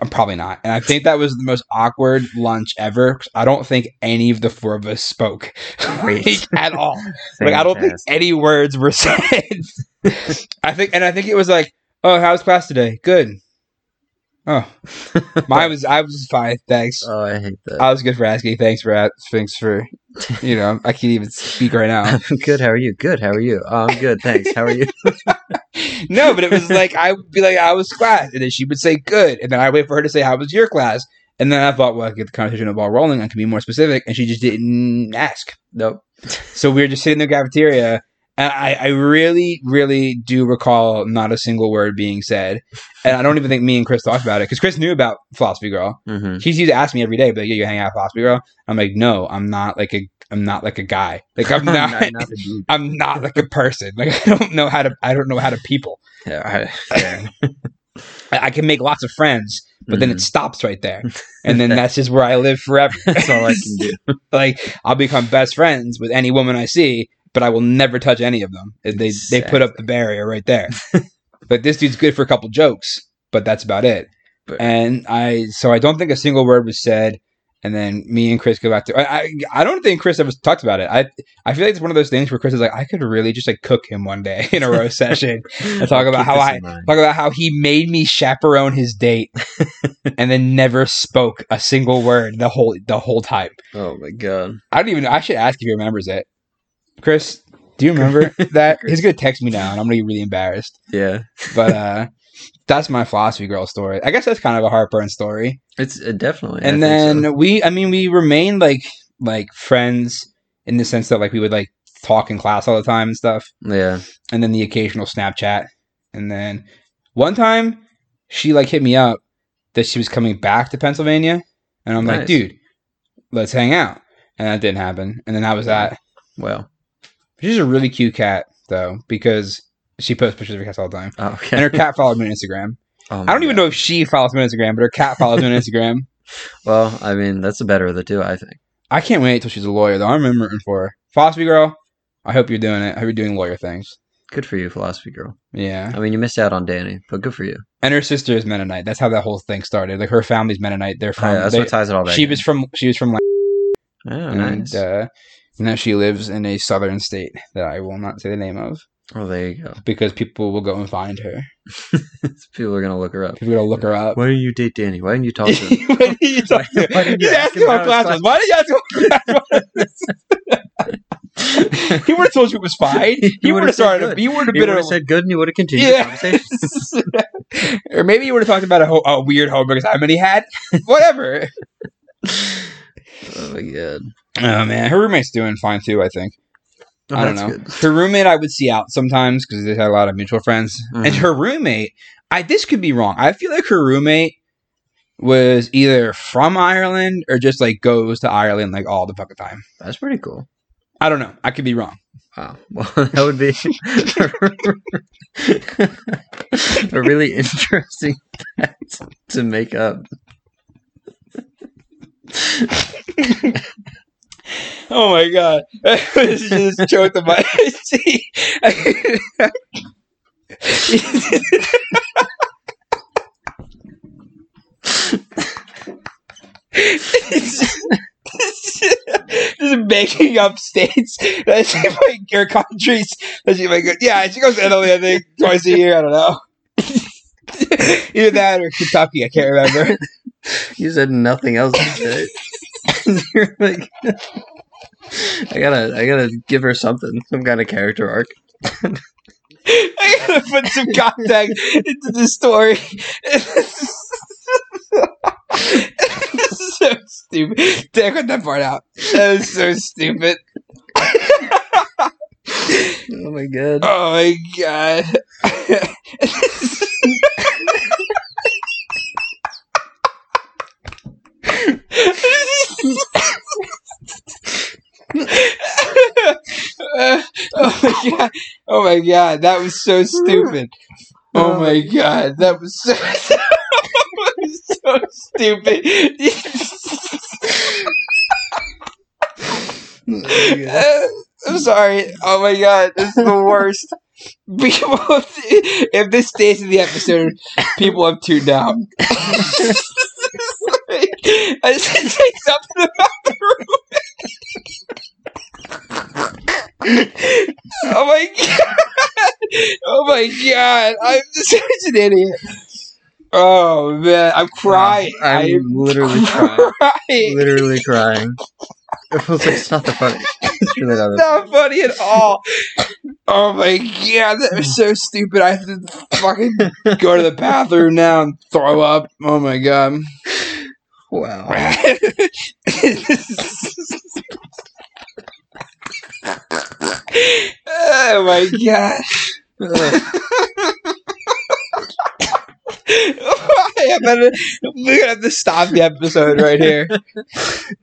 Speaker 1: I'm probably not. And I think that was the most awkward lunch ever. 'cause I don't think any of the four of us <laughs> spoke
Speaker 2: Great.
Speaker 1: like, at all. Like, I don't think any words were <laughs> said. I think, and I think it was like, oh, how's class today? Good. <laughs> Oh, mine was, I was fine. Thanks.
Speaker 2: Oh, I hate that.
Speaker 1: I was good for asking. Thanks for, a- thanks for, you know, I can't even speak right now.
Speaker 2: I'm <laughs> good. How are you? Good. How are you? Oh, I'm good. Thanks. How
Speaker 1: <laughs>
Speaker 2: are you?
Speaker 1: no, but it was like I would be like, I was class, and then she would say good, and then I wait for her to say how was your class, and then I thought, well, I could get the conversation of the ball rolling, I can be more specific, and she just didn't ask.
Speaker 2: nope.
Speaker 1: So we were just sitting in the cafeteria, and I, I really, really do recall not a single word being said, and I don't even think me and Chris talked about it because Chris knew about Philosophy Girl. <laughs>
Speaker 2: Mm-hmm.
Speaker 1: She's used to ask me every day, but like, yeah, you hang out with Philosophy Girl. I'm like, no, I'm not like a, I'm not like a guy, like
Speaker 2: <laughs>
Speaker 1: I'm not. <laughs> I'm not like a person. Like I don't know how to. I don't know how to people.
Speaker 2: yeah, I, yeah.
Speaker 1: I I can make lots of friends, but then it
Speaker 2: Mhm.
Speaker 1: stops right there. And then that's just where I live forever.
Speaker 2: <laughs> Mm-hmm. that's all I can do.
Speaker 1: <laughs> Like I'll become best friends with any woman I see, but I will never touch any of them. They they put up the barrier right
Speaker 2: <laughs>
Speaker 1: there. but this dude's good for a couple jokes, but that's about it.
Speaker 2: But-
Speaker 1: And I so I don't think a single word was said. And then me and Chris go back to I I, I don't think Chris ever talked about it. I I feel like it's one of those things where Chris is like I could really just like cook him one day <laughs> in a row session and talk
Speaker 2: I'll
Speaker 1: about
Speaker 2: keep
Speaker 1: how <laughs>
Speaker 2: this
Speaker 1: I
Speaker 2: in mind.
Speaker 1: Talk about how he made me chaperone his date <laughs> and then never spoke a single word the whole the whole time.
Speaker 2: Oh my god.
Speaker 1: I don't even I should ask if he remembers it. Chris, do you remember <laughs> that? He's gonna text me now and I'm gonna be really embarrassed.
Speaker 2: Yeah.
Speaker 1: But uh that's my philosophy girl story. I guess that's kind of a heartburn story.
Speaker 2: It's uh, definitely. I
Speaker 1: and
Speaker 2: think
Speaker 1: then
Speaker 2: so.
Speaker 1: we I mean we remained like like friends in the sense that like we would like talk in class all the time and stuff
Speaker 2: yeah.
Speaker 1: and then the occasional Snapchat. And then one time she like hit me up that she was coming back to Pennsylvania. And I'm like,
Speaker 2: Nice.
Speaker 1: dude, let's hang out. And that didn't happen. And then that was that.
Speaker 2: Well.
Speaker 1: She's a really cute cat though, because she posts pictures of her cats all the time.
Speaker 2: Oh,
Speaker 1: And
Speaker 2: okay.
Speaker 1: her cat follows me on Instagram.
Speaker 2: <laughs> Oh
Speaker 1: I
Speaker 2: my
Speaker 1: don't even
Speaker 2: God.
Speaker 1: know if she follows me on Instagram, but her cat follows
Speaker 2: <laughs>
Speaker 1: me on Instagram.
Speaker 2: Well, I mean, that's the better of the two, I think.
Speaker 1: I can't wait till she's a lawyer though. I'm rooting for her. Philosophy girl, I hope you're doing it. I hope you're doing lawyer things.
Speaker 2: Good for you, philosophy girl.
Speaker 1: Yeah.
Speaker 2: I mean, you missed out on Danny, but good for you.
Speaker 1: And her sister is Mennonite. That's how that whole thing started. Like her family's Mennonite. They're from.
Speaker 2: Oh, Yeah, that's
Speaker 1: they-
Speaker 2: what ties it all back.
Speaker 1: she
Speaker 2: in.
Speaker 1: was from. She was from. Lang-
Speaker 2: Oh,
Speaker 1: and
Speaker 2: nice.
Speaker 1: uh, now she lives in a southern state that I will not say the name of
Speaker 2: oh, there you go. <laughs>
Speaker 1: because people will go and find her.
Speaker 2: People are gonna
Speaker 1: <laughs>
Speaker 2: look her up.
Speaker 1: People are gonna look her up.
Speaker 2: Why don't you date Danny? Why didn't you talk to him?
Speaker 1: What did you talk to?
Speaker 2: Why did you
Speaker 1: He's
Speaker 2: ask
Speaker 1: asking
Speaker 2: him
Speaker 1: about
Speaker 2: about
Speaker 1: class
Speaker 2: his
Speaker 1: was. Why did you ask him about class was? He would have told <laughs> you it was fine.
Speaker 2: <laughs> He
Speaker 1: He would
Speaker 2: would've
Speaker 1: have
Speaker 2: said
Speaker 1: started.
Speaker 2: good.
Speaker 1: He would have
Speaker 2: you would
Speaker 1: been a.
Speaker 2: have said good, and you would have continued
Speaker 1: Yeah.
Speaker 2: the conversation.
Speaker 1: <laughs>
Speaker 2: <laughs>
Speaker 1: or maybe you would have talked about a, ho- a weird homework assignment he
Speaker 2: <laughs>
Speaker 1: had. Whatever.
Speaker 2: oh my god.
Speaker 1: Oh man, her roommate's doing fine too. I think. <laughs>
Speaker 2: Oh,
Speaker 1: I don't
Speaker 2: that's
Speaker 1: know.
Speaker 2: good.
Speaker 1: Her roommate, I would see out sometimes because they had a lot of mutual friends. And
Speaker 2: Mhm.
Speaker 1: her roommate, I this could be wrong. I feel like her roommate was either from Ireland or just like goes to Ireland like all the fucking time.
Speaker 2: That's pretty cool.
Speaker 1: I don't know. I could be wrong.
Speaker 2: Wow. <laughs> Well, that would be a really interesting fact to make up.
Speaker 1: Oh my god, <laughs> this is just choked on my <laughs> see. Just making up states <laughs> that she might, or countries that she might go. Yeah, she goes to Italy, I think, twice a year. I don't know. <laughs> Either that or Kentucky. I can't remember.
Speaker 2: You said nothing else today. You're like, I gotta, I gotta give her something, some kind of character arc.
Speaker 1: I gotta put some context into this story. <laughs> this is so stupid. Damn, cut that part out. That was so stupid.
Speaker 2: Oh my god.
Speaker 1: Oh my god. oh my god. Oh my god, that was so stupid. Oh my god, that was so, <laughs> that was so stupid. <laughs>
Speaker 2: Oh my god.
Speaker 1: Uh, <laughs> I'm sorry. Oh my god, this is the worst. <laughs> People, <laughs> if this stays in the episode, people have tuned out. <laughs> I just said something about the room. <laughs> oh my god! Oh my god! I'm <laughs> such an idiot. Oh man, I'm crying.
Speaker 2: Um, I'm
Speaker 1: I'm <laughs>
Speaker 2: literally crying.
Speaker 1: crying.
Speaker 2: Literally crying. It was like, it's not the funny. It's really not the
Speaker 1: not funny at all. <laughs> Oh my god, that was so stupid. I have to fucking go to the bathroom now and throw up. Oh my god. <laughs>
Speaker 2: Wow.
Speaker 1: oh my god. <laughs> I'm gonna, we're gonna have to stop the episode right <laughs> here.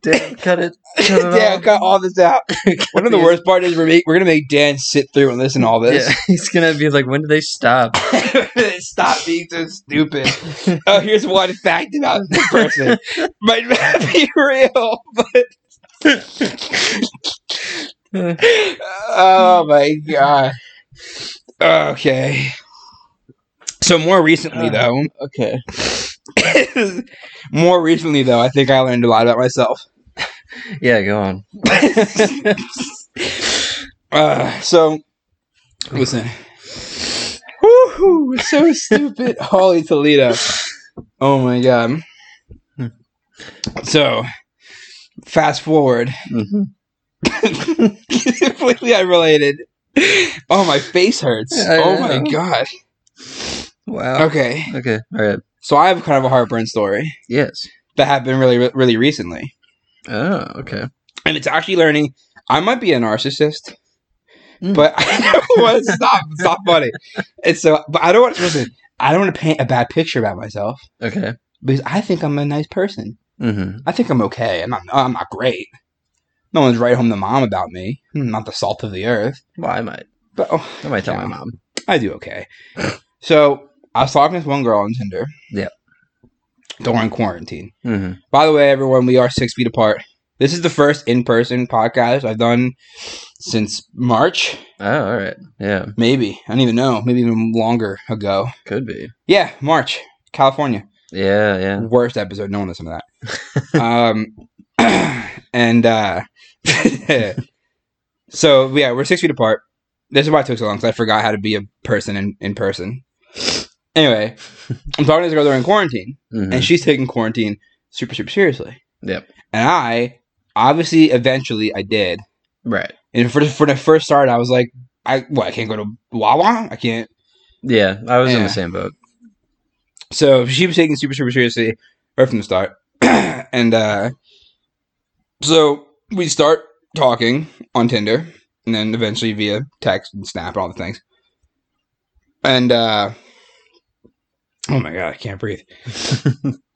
Speaker 2: Dan, cut it. Cut it
Speaker 1: Dan,
Speaker 2: off.
Speaker 1: cut all this <laughs> out. One of the
Speaker 2: the-
Speaker 1: worst part is we're, make, we're gonna make Dan sit through and listen to all this.
Speaker 2: Yeah, <laughs> he's gonna be like, when do they stop?
Speaker 1: <laughs> Stop being so stupid. Oh, here's one fact about this person. Might not be real, but oh my god. Okay. So more recently, though,
Speaker 2: okay.
Speaker 1: <laughs> more recently though, I think I learned a lot about myself. <laughs>
Speaker 2: Yeah, go on.
Speaker 1: Uh, so listen. Woohoo! It's so
Speaker 2: <laughs>
Speaker 1: stupid. Holy Toledo. Oh my god. So fast forward. <laughs>
Speaker 2: Mm-hmm.
Speaker 1: completely unrelated. Oh my face hurts.
Speaker 2: I
Speaker 1: oh
Speaker 2: know.
Speaker 1: my god.
Speaker 2: Wow.
Speaker 1: Okay.
Speaker 2: Okay. All right.
Speaker 1: So I have kind of a heartburn story
Speaker 2: Yes.
Speaker 1: that happened really really recently.
Speaker 2: Oh, okay.
Speaker 1: And it's actually learning I might be a narcissist.
Speaker 2: Mm.
Speaker 1: But <laughs> I don't want to stop. It's not funny. And so but I don't want to listen, I don't want to paint a bad picture about myself.
Speaker 2: Okay.
Speaker 1: because I think I'm a nice person.
Speaker 2: Mm-hmm.
Speaker 1: I think I'm okay. I'm not. I'm not great. No one's right home to mom about me. I'm not the salt of the earth.
Speaker 2: Well, I might.
Speaker 1: But oh,
Speaker 2: I might tell
Speaker 1: Yeah.
Speaker 2: my mom.
Speaker 1: I do okay. so I was talking to this one girl on Tinder.
Speaker 2: Yeah.
Speaker 1: During quarantine.
Speaker 2: Mm-hmm.
Speaker 1: By the way, everyone, we are six feet apart. This is the first in-person podcast I've done since March,
Speaker 2: Oh, all right. Yeah,
Speaker 1: maybe. I don't even know. Maybe even longer ago.
Speaker 2: could be.
Speaker 1: Yeah, March, California.
Speaker 2: Yeah, yeah.
Speaker 1: Worst episode. No one listened to that. um, <clears throat> and uh, <laughs> so yeah, we're six feet apart. This is why it took so long because I forgot how to be a person in, in person. Anyway, I'm talking to this girl during quarantine,
Speaker 2: Mhm.
Speaker 1: and she's taking quarantine super super seriously.
Speaker 2: Yep.
Speaker 1: And I obviously eventually I did.
Speaker 2: Right.
Speaker 1: And for for the first start, I was like, I what I can't go to Wawa. I can't.
Speaker 2: Yeah, I was in
Speaker 1: Yeah.
Speaker 2: the same boat.
Speaker 1: So she was taking super super seriously right from the start, <clears throat> and uh, so we start talking on Tinder, and then eventually via text and Snap and all the things. And uh, oh my god, I can't breathe.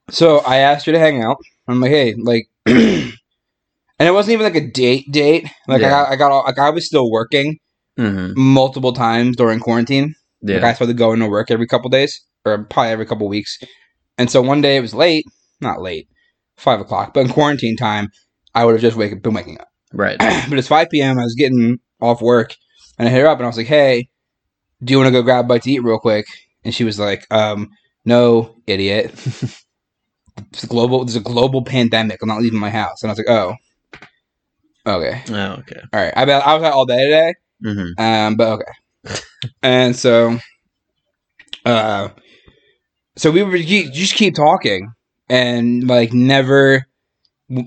Speaker 1: so I asked her to hang out. I'm like, hey, like, <clears throat> and it wasn't even like a date date. Like I
Speaker 2: Yeah.
Speaker 1: got I got all, like I was still working
Speaker 2: hmm
Speaker 1: multiple times during quarantine.
Speaker 2: Yeah.
Speaker 1: Like I started going to work every couple days, or probably every couple weeks. And so one day it was late, not late, five o'clock, but in quarantine time, I would have just wake, been waking up. <clears throat>
Speaker 2: Right.
Speaker 1: but it's 5 p.m. I was getting off work, and I hit her up and I was like, hey, do you want to go grab a bite to eat real quick? And she was like, um, no, idiot. <laughs> it's a global, there's a global pandemic. I'm not leaving my house. And I was like, oh, okay.
Speaker 2: Oh, okay.
Speaker 1: All right. I, bet I was out all day today.
Speaker 2: hmm
Speaker 1: Um, but okay. and so, uh, so we would ge- just keep talking, and like never,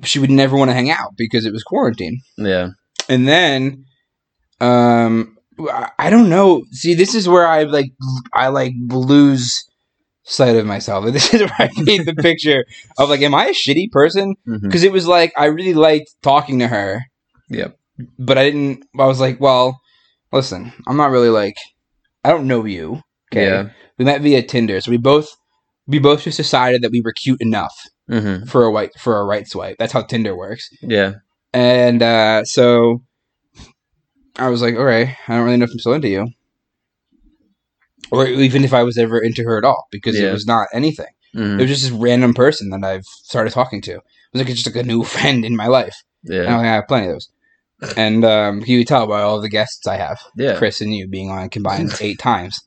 Speaker 1: she would never want to hang out because it was quarantine.
Speaker 2: Yeah.
Speaker 1: And then, um, I- I don't know. See, this is where I like, I like lose sight of myself. <laughs> This is where I need the picture of like, am I a shitty person?
Speaker 2: hmm
Speaker 1: because it was like I really liked talking to her.
Speaker 2: Yep.
Speaker 1: But I didn't. I was like, well, listen, I'm not really like, I don't know you. Okay.
Speaker 2: Yeah.
Speaker 1: We met via Tinder, so we both we both just decided that we were cute enough
Speaker 2: hmm
Speaker 1: for a white for a right swipe. That's how Tinder works.
Speaker 2: Yeah.
Speaker 1: And uh, so I was like, all right, I don't really know if I'm still into you, or even if I was ever into her at all, because
Speaker 2: Yeah.
Speaker 1: it was not anything.
Speaker 2: hmm
Speaker 1: It was just this random person that I've started talking to. It was like just like a new <laughs> friend in my life. And
Speaker 2: Yeah.
Speaker 1: I have plenty of those. And um, you can tell by all the guests I have,
Speaker 2: Yeah.
Speaker 1: Chris and you being on
Speaker 2: <laughs>
Speaker 1: combined eight times.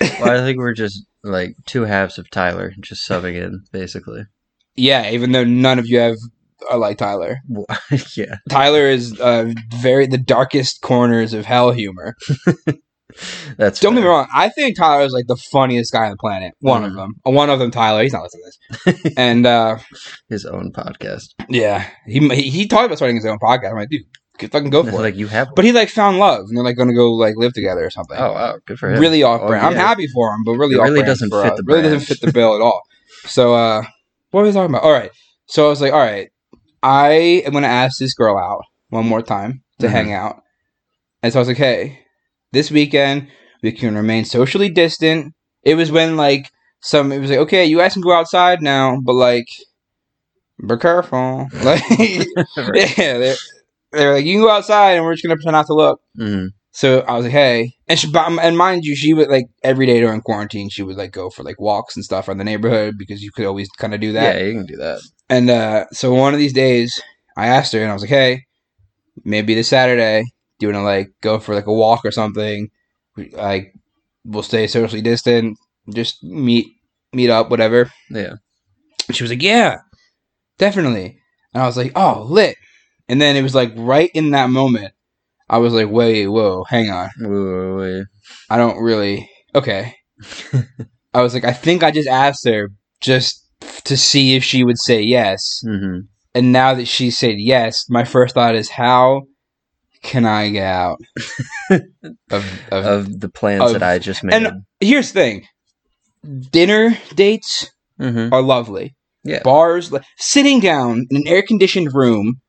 Speaker 2: Well, I think we're just like two halves of Tyler, just subbing in, basically. <laughs>
Speaker 1: Yeah, even though none of you have are like Tyler.
Speaker 2: Wha- yeah.
Speaker 1: Tyler is uh, very the darkest corners of hell humor.
Speaker 2: That's
Speaker 1: Don't get me
Speaker 2: fair.
Speaker 1: wrong. I think Tyler is like the funniest guy on the planet. One of
Speaker 2: Mhm.
Speaker 1: them. Uh, One of them, Tyler. He's not listening to
Speaker 2: <laughs>
Speaker 1: this. and uh,
Speaker 2: His own podcast.
Speaker 1: yeah, he he talked about starting his own podcast. I'm like, dude, good fucking go
Speaker 2: And
Speaker 1: for
Speaker 2: they're
Speaker 1: it.
Speaker 2: like you have.
Speaker 1: Oh, But he like found love, and they're like gonna go like live together or something.
Speaker 2: oh wow, good for him.
Speaker 1: really off brand.
Speaker 2: Oh,
Speaker 1: I'm
Speaker 2: yeah.
Speaker 1: happy for him, but really,
Speaker 2: It
Speaker 1: off
Speaker 2: really
Speaker 1: brand
Speaker 2: doesn't
Speaker 1: for
Speaker 2: fit
Speaker 1: us.
Speaker 2: the
Speaker 1: really
Speaker 2: brand.
Speaker 1: doesn't fit the bill at all. So, uh, what was I talking about? All right. So I was like, all right, I am gonna ask this girl out one more time to
Speaker 2: Mhm.
Speaker 1: hang out. And so I was like, hey, this weekend we can remain socially distant. It was when like some it was like, okay, you guys can go outside now, but like, be careful. <laughs> Like,
Speaker 2: <laughs> <laughs>
Speaker 1: <laughs>
Speaker 2: Right.
Speaker 1: yeah, they're, they're like, you can go outside, and we're just gonna pretend not to look.
Speaker 2: Mhm.
Speaker 1: So I was like, hey, and she, but- um, and mind you, she would like every day during quarantine, she would like go for like walks and stuff around the neighborhood because you could always kind of do that.
Speaker 2: Yeah, you can do that.
Speaker 1: And uh, so one of these days, I asked her, and I was like, hey, maybe this Saturday, do you want to like go for like a walk or something? We- Like, we'll stay socially distant, just meet meet up, whatever.
Speaker 2: Yeah.
Speaker 1: And she was like, yeah, definitely. And I was like, oh, lit. And then it was like right in that moment, I was like, wait, whoa, hang on.
Speaker 2: Woo, woo, woo.
Speaker 1: I don't really. Okay. I was like, I think I just asked her just to see if she would say yes.
Speaker 2: Mhm.
Speaker 1: And now that she said yes, my first thought is, how can I get out of, of
Speaker 2: Of the plans
Speaker 1: of-
Speaker 2: that I just made.
Speaker 1: and- Here's the thing dinner dates
Speaker 2: Mhm.
Speaker 1: are lovely.
Speaker 2: Yeah.
Speaker 1: Bars, li- sitting down in an air conditioned room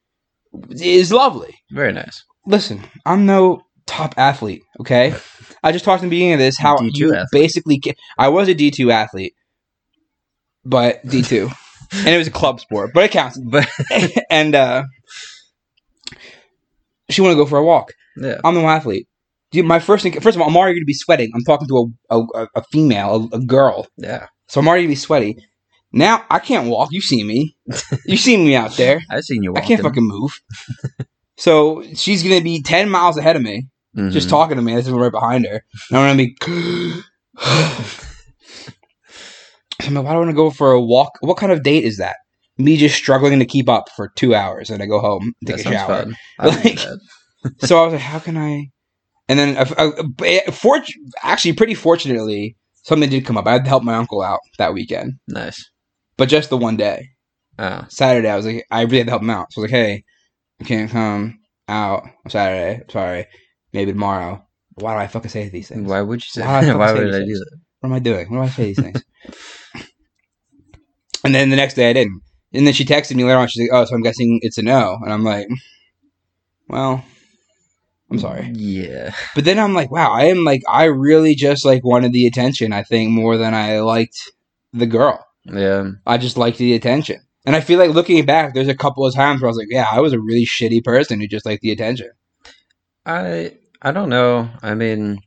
Speaker 1: is lovely.
Speaker 2: Very nice. <laughs>
Speaker 1: listen, I'm no top athlete, okay? I just talked in the beginning of this how
Speaker 2: D2
Speaker 1: you
Speaker 2: athlete.
Speaker 1: basically ca- I was a D2 athlete, but D2. and it was a club sport, but it counts. <laughs>
Speaker 2: But
Speaker 1: and uh she want to go for a walk.
Speaker 2: yeah,
Speaker 1: I'm no athlete. Dude, my first thing, first of all, I'm already going to be sweating. I'm talking to a a, a female, a, a girl,
Speaker 2: yeah.
Speaker 1: so I'm already going to be sweaty. Now I can't walk. You see me? You see me out there?
Speaker 2: I've seen you.
Speaker 1: I
Speaker 2: Walking.
Speaker 1: can't fucking move. So she's gonna be ten miles ahead of me, just
Speaker 2: Mhm.
Speaker 1: talking to me. This is right behind her. And I'm gonna be. <sighs> I'm like, why do I want to go for a walk? What kind of date is that? Me just struggling to keep up for two hours, and I go home,
Speaker 2: That
Speaker 1: take a
Speaker 2: sounds
Speaker 1: shower.
Speaker 2: fun. I would do
Speaker 1: Like-
Speaker 2: that.
Speaker 1: so I was like, how can I? And then, uh, I, I, but it- fort- eh, actually, pretty fortunately, something did come up. I had to help my uncle out that weekend,
Speaker 2: Nice.
Speaker 1: but just the one day.
Speaker 2: Oh,
Speaker 1: Saturday, I was like, I really had to help him out. So I was like, hey, I can't come out on Saturday. Sorry, maybe tomorrow. Why do I fucking say these things?
Speaker 2: why would you say?
Speaker 1: Why would I
Speaker 2: <laughs> Why,
Speaker 1: fucking say
Speaker 2: would
Speaker 1: these
Speaker 2: I do
Speaker 1: things?
Speaker 2: that?
Speaker 1: What am I doing? What do I say these things? <laughs> and then the next day, I didn't. And then she texted me later on. She's like, oh, so I'm guessing it's a no. And I'm like, well, I'm sorry.
Speaker 2: Yeah.
Speaker 1: But then I'm like, wow, I am like, I really just like wanted the attention. I think more than I liked the girl.
Speaker 2: Yeah.
Speaker 1: I just liked the attention. And I feel like looking back, there's a couple of times where I was like, yeah, I was a really shitty person who just liked the attention.
Speaker 2: I I don't know. I mean,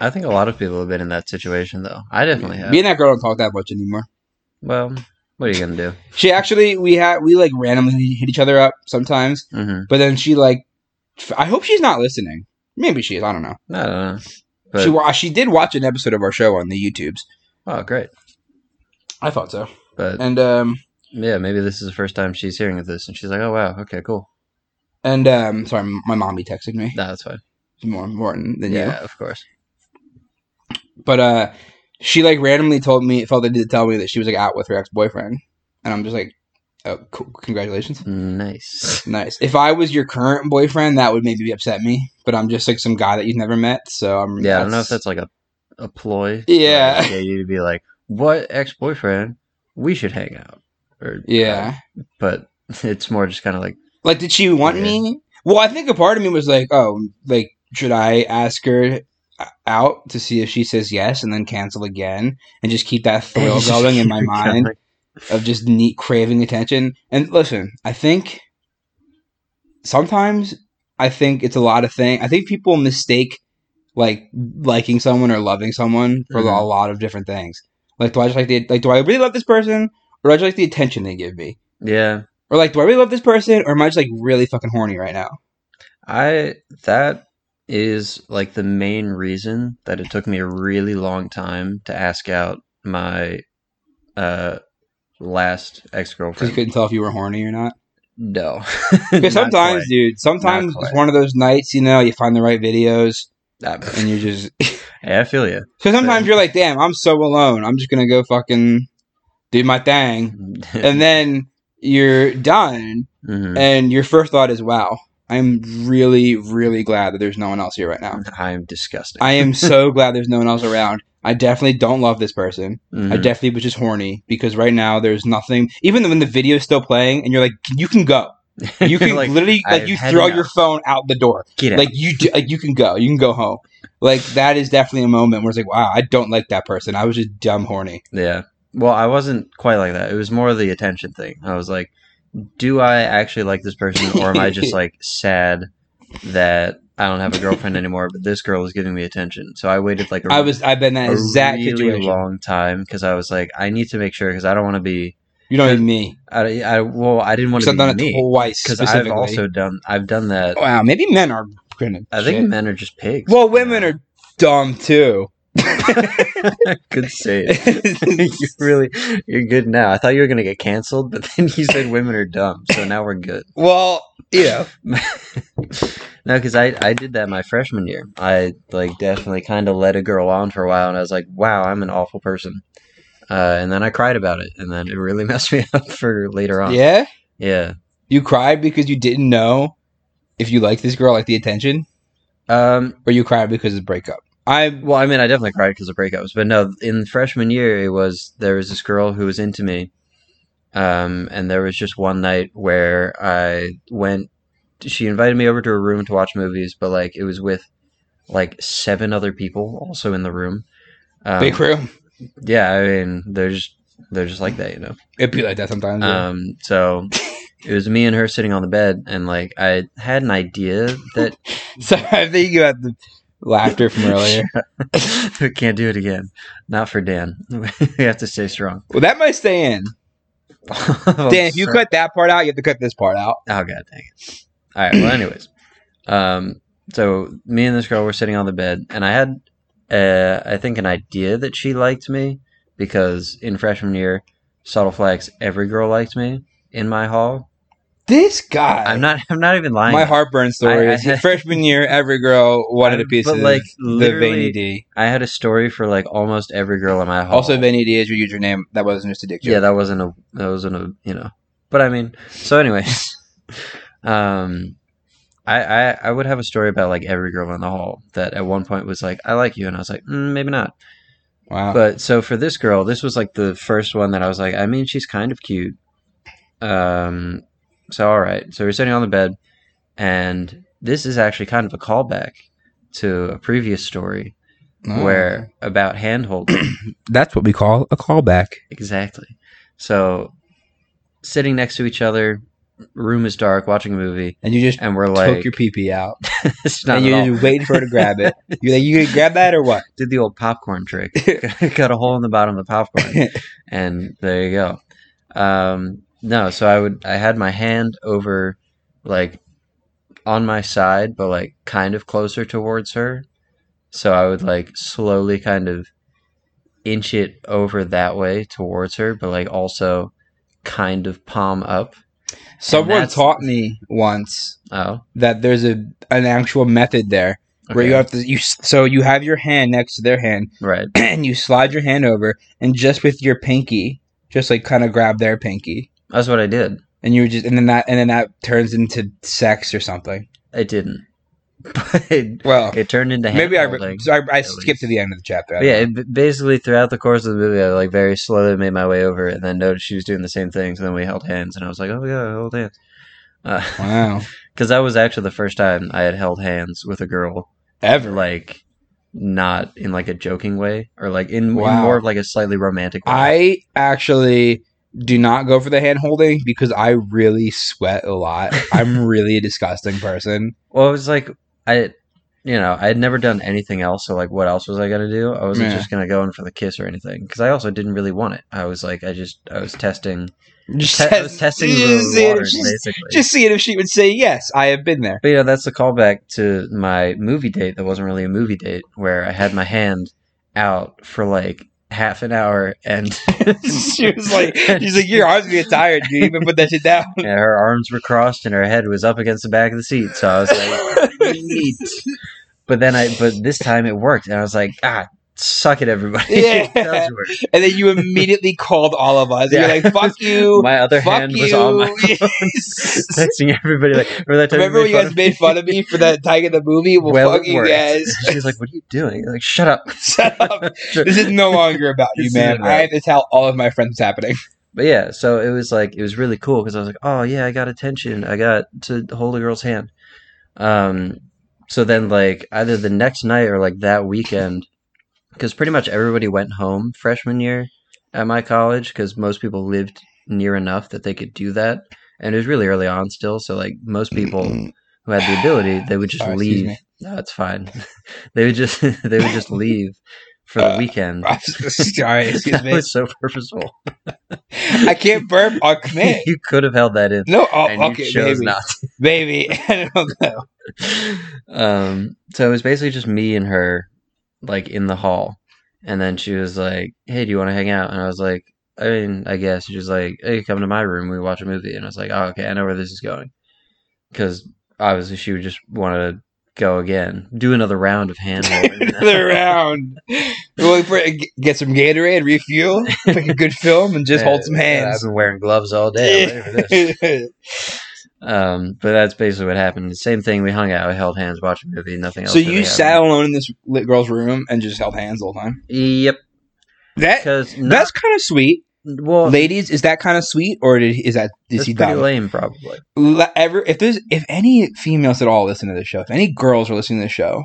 Speaker 2: I think a lot of people have been in that situation though. I definitely have.
Speaker 1: Me and that girl don't talk that much anymore.
Speaker 2: Well, what are you gonna do?
Speaker 1: She actually, we had we like randomly hit each other up sometimes,
Speaker 2: hmm
Speaker 1: but then she like, f- I hope she's not listening. Maybe she is. I don't know.
Speaker 2: I don't know. But
Speaker 1: she wa- she did watch an episode of our show on the YouTubes.
Speaker 2: oh, great.
Speaker 1: I thought so.
Speaker 2: But
Speaker 1: And um
Speaker 2: yeah, maybe this is the first time she's hearing of this, and she's like, "Oh wow, okay, cool.
Speaker 1: and um sorry, my mommy texted me.
Speaker 2: No, that's fine.
Speaker 1: It's more important than you.
Speaker 2: yeah, of course.
Speaker 1: But uh she like randomly told me felt the need to tell me that she was like out with her ex boyfriend, and I'm just like, oh, cool. congratulations, <laughs>
Speaker 2: Nice.
Speaker 1: nice. If I was your current boyfriend, that would maybe upset me. But I'm just like some guy that you've never met, so I'm.
Speaker 2: Yeah, I don't know if that's like a a ploy. to,
Speaker 1: Yeah.
Speaker 2: like, get you to be like, "What ex boyfriend? We should hang out." Or uh,
Speaker 1: yeah.
Speaker 2: but <laughs> it's more just kind of like,
Speaker 1: Like, did she want me? Well, I think a part of me was like, oh, like should I ask her? uh, out to see if she says yes and then cancel again and just keep
Speaker 2: <laughs>
Speaker 1: that thrill going in my mind of just neat craving attention. And listen, I think sometimes I think it's a lot of thing. I think people mistake like liking someone or loving someone for a
Speaker 2: Mhm.
Speaker 1: lot of different things. Like, do I just like the like? Do I really love this person, or do I just like the attention they give me?
Speaker 2: Yeah,
Speaker 1: Or like, do I really love this person, or am I just like really fucking horny right now?
Speaker 2: I that is like the main reason that it took me a really long time to ask out my uh last ex
Speaker 1: Because you
Speaker 2: girlfriend.
Speaker 1: couldn't tell if you were horny or not.
Speaker 2: No, <laughs>
Speaker 1: Because
Speaker 2: Not
Speaker 1: sometimes,
Speaker 2: quite.
Speaker 1: dude, sometimes
Speaker 2: Not
Speaker 1: it's
Speaker 2: quite.
Speaker 1: one of those nights, you know, you find the right videos <laughs>
Speaker 2: <laughs> That-
Speaker 1: and you just
Speaker 2: Hey, I feel you.
Speaker 1: So sometimes
Speaker 2: Fair.
Speaker 1: you're like, damn, I'm so alone. I'm just gonna go fucking do my thing.
Speaker 2: <laughs>
Speaker 1: And then you're done
Speaker 2: Mhm.
Speaker 1: and your first thought is, Wow, I'm really, really glad that there's no one else here right now.
Speaker 2: I'm disgusting.
Speaker 1: I am so glad there's no one else around. I definitely don't love this person. I
Speaker 2: Mhm.
Speaker 1: definitely was just horny because right now there's nothing even when the video's still playing and you're like, you can go. You can
Speaker 2: Like,
Speaker 1: literally like
Speaker 2: I've
Speaker 1: you
Speaker 2: had
Speaker 1: throw
Speaker 2: enough.
Speaker 1: your phone out the door
Speaker 2: get out.
Speaker 1: like you do, like you can go you can go home like that is definitely a moment where it's like wow i don't like that person i was just dumb horny
Speaker 2: Yeah. Well, I wasn't quite like that. It was more the attention thing. I was like, do I actually like this person or am I
Speaker 1: <laughs>
Speaker 2: just like sad that I don't have a girlfriend anymore, but this girl is giving me attention. So I waited like a
Speaker 1: i was i've been in that
Speaker 2: a
Speaker 1: exact
Speaker 2: really
Speaker 1: situation
Speaker 2: long time because I was like, I need to make sure because I don't want to be.
Speaker 1: you know what i mean
Speaker 2: I, I well, I didn't want
Speaker 1: because
Speaker 2: to
Speaker 1: i've done
Speaker 2: be
Speaker 1: it
Speaker 2: me
Speaker 1: twice
Speaker 2: because I've
Speaker 1: specifically
Speaker 2: also done. I've done that.
Speaker 1: wow maybe men are gonna
Speaker 2: I think men are just pigs.
Speaker 1: well women
Speaker 2: <laughs>
Speaker 1: are dumb too <laughs>
Speaker 2: good save. <laughs> you really, you're good now. I thought you were gonna get canceled, but then you said women are dumb, so now we're good.
Speaker 1: well you know
Speaker 2: No, because I, I did that my freshman year. I like definitely kind of let a girl on for a while, and I was like, wow, I'm an awful person. Uh, and then I cried about it, and then it really <laughs> messed me up for later on.
Speaker 1: yeah
Speaker 2: Yeah.
Speaker 1: you cried because you didn't know if you liked this girl like the attention
Speaker 2: Um.
Speaker 1: or you cried because of the breakup i
Speaker 2: Well, I mean, I definitely cried because of breakups, but no, in freshman year, it was there was this girl who was into me, um, and there was just one night where I went. She invited me over to her room to watch movies, but like it was with like seven other people also in the room. Um,
Speaker 1: big room
Speaker 2: yeah, I mean, they're just they're just like that, you know.
Speaker 1: it'd be like that sometimes yeah.
Speaker 2: Um, so it was me and her sitting on the bed, and like I had an idea that
Speaker 1: <laughs> So I'm thinking about the laughter from earlier.
Speaker 2: <laughs> we can't do it again. Not for Dan. <laughs> we have to stay strong. <laughs>
Speaker 1: Well, that might stay in. Dan, if you cut that part out, you have to cut this part out.
Speaker 2: Oh god, dang it. All right. Well, anyways, um, so me and this girl were sitting on the bed, and I had, uh, I think, an idea that she liked me because in freshman year, subtle flex, every girl liked me in my hall.
Speaker 1: This guy.
Speaker 2: I'm not. I'm not even lying.
Speaker 1: my heartburn story
Speaker 2: I- I-
Speaker 1: is
Speaker 2: <laughs>
Speaker 1: his freshman year, every girl wanted a piece
Speaker 2: But,
Speaker 1: of
Speaker 2: like,
Speaker 1: the
Speaker 2: literally-
Speaker 1: Veiny D.
Speaker 2: I had a story for like almost every girl in my hall.
Speaker 1: Also, Veiny D is your username. That wasn't just a dick joke.
Speaker 2: yeah, that wasn't a that wasn't a you know. But I mean, so anyways, <laughs> um, I, I I would have a story about like every girl in the hall that at one point was like, I like you, and I was like, mm, maybe not.
Speaker 1: wow.
Speaker 2: But so for this girl, this was like the first one that I was like, I mean, she's kind of cute. Um, so all right. So we're sitting on the bed, and this is actually kind of a callback to a previous story
Speaker 1: Oh.
Speaker 2: where about hand holding.
Speaker 1: that's what we call a callback.
Speaker 2: exactly. So sitting next to each other, room is dark, watching a movie,
Speaker 1: And you just
Speaker 2: and we're
Speaker 1: took
Speaker 2: like,
Speaker 1: your pee pee out.
Speaker 2: <laughs> it's not
Speaker 1: and
Speaker 2: at
Speaker 1: you
Speaker 2: all.
Speaker 1: just waiting for her to grab
Speaker 2: <laughs>
Speaker 1: it. You're like, you gonna grab that or what?
Speaker 2: did the old popcorn
Speaker 1: <laughs>
Speaker 2: trick. <laughs> Cut a hole in the bottom of the popcorn, and there you go. Um, no, so I would I had my hand over like on my side, but like kind of closer towards her. So I would like slowly kind of inch it over that way towards her, but like also kind of palm up.
Speaker 1: Someone
Speaker 2: that's-
Speaker 1: taught me once
Speaker 2: Oh,
Speaker 1: that there's a an actual method there where
Speaker 2: okay.
Speaker 1: you have to you s- so you have your hand next to their hand
Speaker 2: right.
Speaker 1: <clears throat> and you slide your hand over and just with your pinky, just like kind of grab their pinky.
Speaker 2: That's what I did.
Speaker 1: And you just and then that and then that turns into sex or something.
Speaker 2: I didn't. <laughs> But it,
Speaker 1: Well,
Speaker 2: it turned into hand
Speaker 1: maybe I,
Speaker 2: holding.
Speaker 1: so I I
Speaker 2: at
Speaker 1: skipped
Speaker 2: least.
Speaker 1: to the end of the chapter. I
Speaker 2: But yeah,
Speaker 1: don't know.
Speaker 2: it, b- basically throughout the course of the movie, I like very slowly made my way over, and then noticed she was doing the same thing. So then we held hands, and I was like, "Oh my god, hold hands," <laughs>
Speaker 1: Wow.
Speaker 2: because that was actually the first time I had held hands with a girl,
Speaker 1: Ever.
Speaker 2: like not in like a joking way, or like in, in
Speaker 1: Wow.
Speaker 2: more of like a slightly romantic. way.
Speaker 1: I actually do not go for the hand holding because I really sweat a lot.
Speaker 2: <laughs>
Speaker 1: I'm really a disgusting person.
Speaker 2: well, it was like I, you know, I had never done anything else, so like, what else was I gonna do? I wasn't
Speaker 1: Yeah.
Speaker 2: just gonna go in for the kiss or anything, because I also didn't really want it. I was like, I just, I
Speaker 1: <laughs>
Speaker 2: was testing,
Speaker 1: Just,
Speaker 2: te- I was testing the
Speaker 1: seeing if
Speaker 2: waters,
Speaker 1: she's-
Speaker 2: basically.
Speaker 1: just seeing if she would say yes. I have been there. <laughs>
Speaker 2: But yeah, that's the callback to my movie date that wasn't really a movie date, where I had my hand out for like half an hour and
Speaker 1: <laughs> she was like, she's like, your arms get tired, dude. You even put that shit down.
Speaker 2: Yeah, her arms were crossed and her head was up against the back of the seat. So I was like, neat. But then I, but this time it worked, and I was like, ah, suck it, everybody. <laughs>
Speaker 1: Yeah.
Speaker 2: That was weird.
Speaker 1: and then you immediately called all of us.
Speaker 2: Yeah.
Speaker 1: You're like, fuck you.
Speaker 2: <laughs> my other
Speaker 1: fuck
Speaker 2: hand
Speaker 1: you. <laughs>
Speaker 2: was on my <laughs> texting everybody like, remember that time
Speaker 1: Remember when
Speaker 2: made
Speaker 1: you
Speaker 2: fun
Speaker 1: guys made fun of me for that tiger in the movie? Well,
Speaker 2: Well,
Speaker 1: fuck
Speaker 2: it
Speaker 1: you
Speaker 2: worked.
Speaker 1: guys. <laughs>
Speaker 2: of me?" <laughs> She's like, what are you doing? Like, shut up.
Speaker 1: Shut up. This is no longer about you,
Speaker 2: This
Speaker 1: man.
Speaker 2: isn't
Speaker 1: I
Speaker 2: right.
Speaker 1: have to tell all of my friends what's happening.
Speaker 2: But yeah, so it was like it was really cool because I was like, oh yeah, I got attention. I got to hold a girl's hand. Um, so then like either the next night or like that weekend, because pretty much everybody went home freshman year at my college because most people lived near enough that they could do that, and it was really early on still. So like most people who had the ability, they would just
Speaker 1: Sorry, excuse
Speaker 2: leave.
Speaker 1: me. <laughs>
Speaker 2: No, it's fine. <laughs> they would just <laughs> they would just leave for the
Speaker 1: Uh,
Speaker 2: weekend.
Speaker 1: I'm so sorry, excuse
Speaker 2: <laughs> That
Speaker 1: me.
Speaker 2: was so purposeful.
Speaker 1: I can't burp on command.
Speaker 2: <laughs> you could have held that in.
Speaker 1: No, oh,
Speaker 2: and you
Speaker 1: okay,
Speaker 2: chose
Speaker 1: baby.
Speaker 2: not.
Speaker 1: <laughs> Baby, I don't know.
Speaker 2: um, so it was basically just me and her, like in the hall, and then she was like, "Hey, do you want to hang out?" And I was like, "I mean, I guess." She was like, "Hey, come to my room. We watch a movie." And I was like, "Oh, okay. I know where this is going," because obviously she would just want to go again, do another round of hand holding.
Speaker 1: <laughs>
Speaker 2: <laughs>
Speaker 1: Another round. We'll wait for it- get some Gatorade, refuel, make a good film, and just
Speaker 2: Yeah,
Speaker 1: hold some
Speaker 2: I've
Speaker 1: hands.
Speaker 2: been wearing gloves
Speaker 1: <laughs>
Speaker 2: all day. I'm ready for this. <laughs> Um, but that's basically what happened. Same thing. We hung out, held hands, watched a movie, nothing else.
Speaker 1: so
Speaker 2: really
Speaker 1: you
Speaker 2: happened.
Speaker 1: sat alone in this lit girl's room and just held hands all the time.
Speaker 2: Yep.
Speaker 1: That
Speaker 2: Because
Speaker 1: that's kind of sweet,
Speaker 2: well,
Speaker 1: ladies. Is that kind of sweet, or did, is that did
Speaker 2: That's
Speaker 1: he
Speaker 2: pretty
Speaker 1: die?
Speaker 2: lame, probably.
Speaker 1: Le- ever if there's if any females at all listen to this show, if any girls are listening to this show,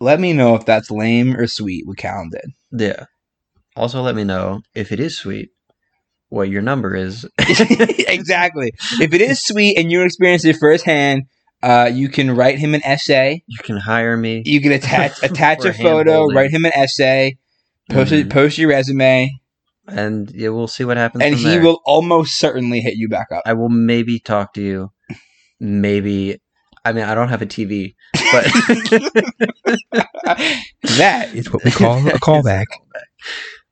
Speaker 1: let me know if that's lame or sweet. We counted.
Speaker 2: Yeah. Also, let me know if it is sweet. What your number is?
Speaker 1: <laughs>
Speaker 2: <laughs>
Speaker 1: exactly. If it is sweet and you experience it firsthand, uh, you can write him an essay.
Speaker 2: You can hire me.
Speaker 1: You can attach attach
Speaker 2: <laughs> For
Speaker 1: a photo,
Speaker 2: hand-holding.
Speaker 1: write him an essay, post it,
Speaker 2: Mhm.
Speaker 1: post your resume,
Speaker 2: and yeah, we'll see what happens.
Speaker 1: and
Speaker 2: from
Speaker 1: he
Speaker 2: there.
Speaker 1: will almost certainly hit you back up.
Speaker 2: I will maybe talk to you maybe. I mean, I don't have a TV, <laughs> but
Speaker 1: that is what we call a <laughs> callback.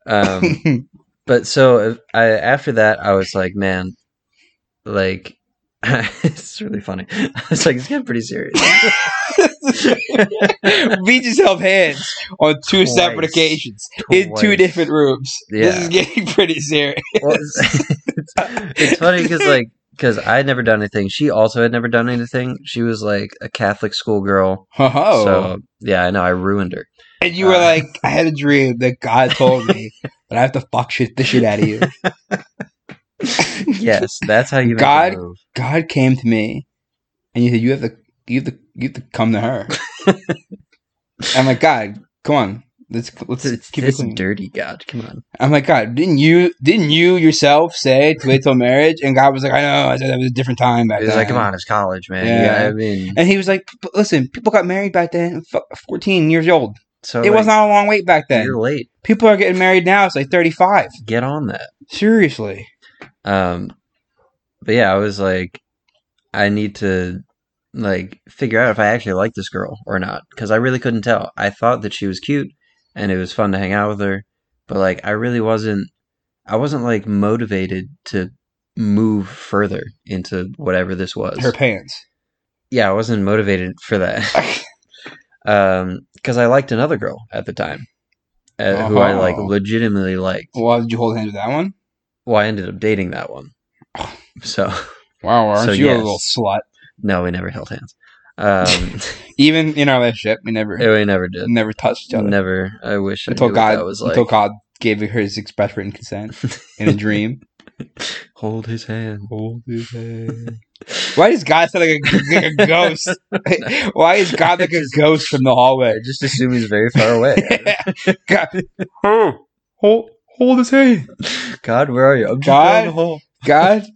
Speaker 2: um, but so if- I, after that, I was like, man, like <laughs> it's really funny. <laughs> I was like, it's getting pretty serious.
Speaker 1: we just held hands on two
Speaker 2: Twice.
Speaker 1: separate occasions <laughs> in two
Speaker 2: Twice.
Speaker 1: different rooms. This
Speaker 2: Yeah.
Speaker 1: is getting pretty serious.
Speaker 2: <laughs> Well, it's, it's funny because like because I had never done anything. She also had never done anything. She was like a Catholic schoolgirl.
Speaker 1: Oh,
Speaker 2: <laughs> So yeah, I know I ruined her.
Speaker 1: and you were
Speaker 2: uh,
Speaker 1: like, I had a dream that God told
Speaker 2: <laughs>
Speaker 1: me that I have to fuck shit the shit out of you.
Speaker 2: Yes, that's how you make a
Speaker 1: God-
Speaker 2: move.
Speaker 1: God came to me, and you said, "You have to, you have to, you have to come to
Speaker 2: <laughs>
Speaker 1: her." I'm like, God, come on, let's let's
Speaker 2: It's
Speaker 1: keep it
Speaker 2: this
Speaker 1: clean.
Speaker 2: dirty God. Come on.
Speaker 1: I'm like, God, didn't you didn't you yourself say to wait till marriage? And God was like, I know, I said that was a different time back
Speaker 2: He's
Speaker 1: then.
Speaker 2: like, come on, it's college, man.
Speaker 1: Yeah.
Speaker 2: Yeah, I mean,
Speaker 1: And he was like, "P- listen, people got married back then, f- 14 years old.
Speaker 2: so
Speaker 1: it was
Speaker 2: like,
Speaker 1: not a long wait back then.
Speaker 2: You're late.
Speaker 1: People are getting married now. It's like 35.
Speaker 2: Get on that.
Speaker 1: Seriously.
Speaker 2: Um, but yeah, I was like, I need to like figure out if I actually like this girl or not because I really couldn't tell. I thought that she was cute and it was fun to hang out with her, but like I really wasn't. I wasn't like motivated to move further into whatever this was.
Speaker 1: Her
Speaker 2: <laughs>
Speaker 1: pants.
Speaker 2: yeah, I wasn't motivated for that. <laughs> um, because I liked another girl at the time, uh, who I like
Speaker 1: Oh.
Speaker 2: legitimately liked.
Speaker 1: Well, did you hold hands with that one?
Speaker 2: Well, I ended up dating
Speaker 1: <sighs>
Speaker 2: that one. So
Speaker 1: Wow, aren't
Speaker 2: So,
Speaker 1: you a
Speaker 2: yes.
Speaker 1: little slut?
Speaker 2: no, we never held hands.
Speaker 1: <laughs>
Speaker 2: Um, <laughs>
Speaker 1: Even in our relationship, we never
Speaker 2: we never did.
Speaker 1: never touched each other.
Speaker 2: Never. I wish
Speaker 1: until
Speaker 2: I knew what
Speaker 1: God
Speaker 2: that was like.
Speaker 1: until God gave her his express written consent
Speaker 2: <laughs>
Speaker 1: in a dream.
Speaker 2: Hold his hand. <laughs>
Speaker 1: Why does God sound like a, like a ghost? <laughs> Why is God like a ghost from the hallway?
Speaker 2: I just assume he's very far away.
Speaker 1: <laughs> God, oh, hold, hold his hand.
Speaker 2: God, where are you? I'm just
Speaker 1: God?
Speaker 2: down the hall.
Speaker 1: God,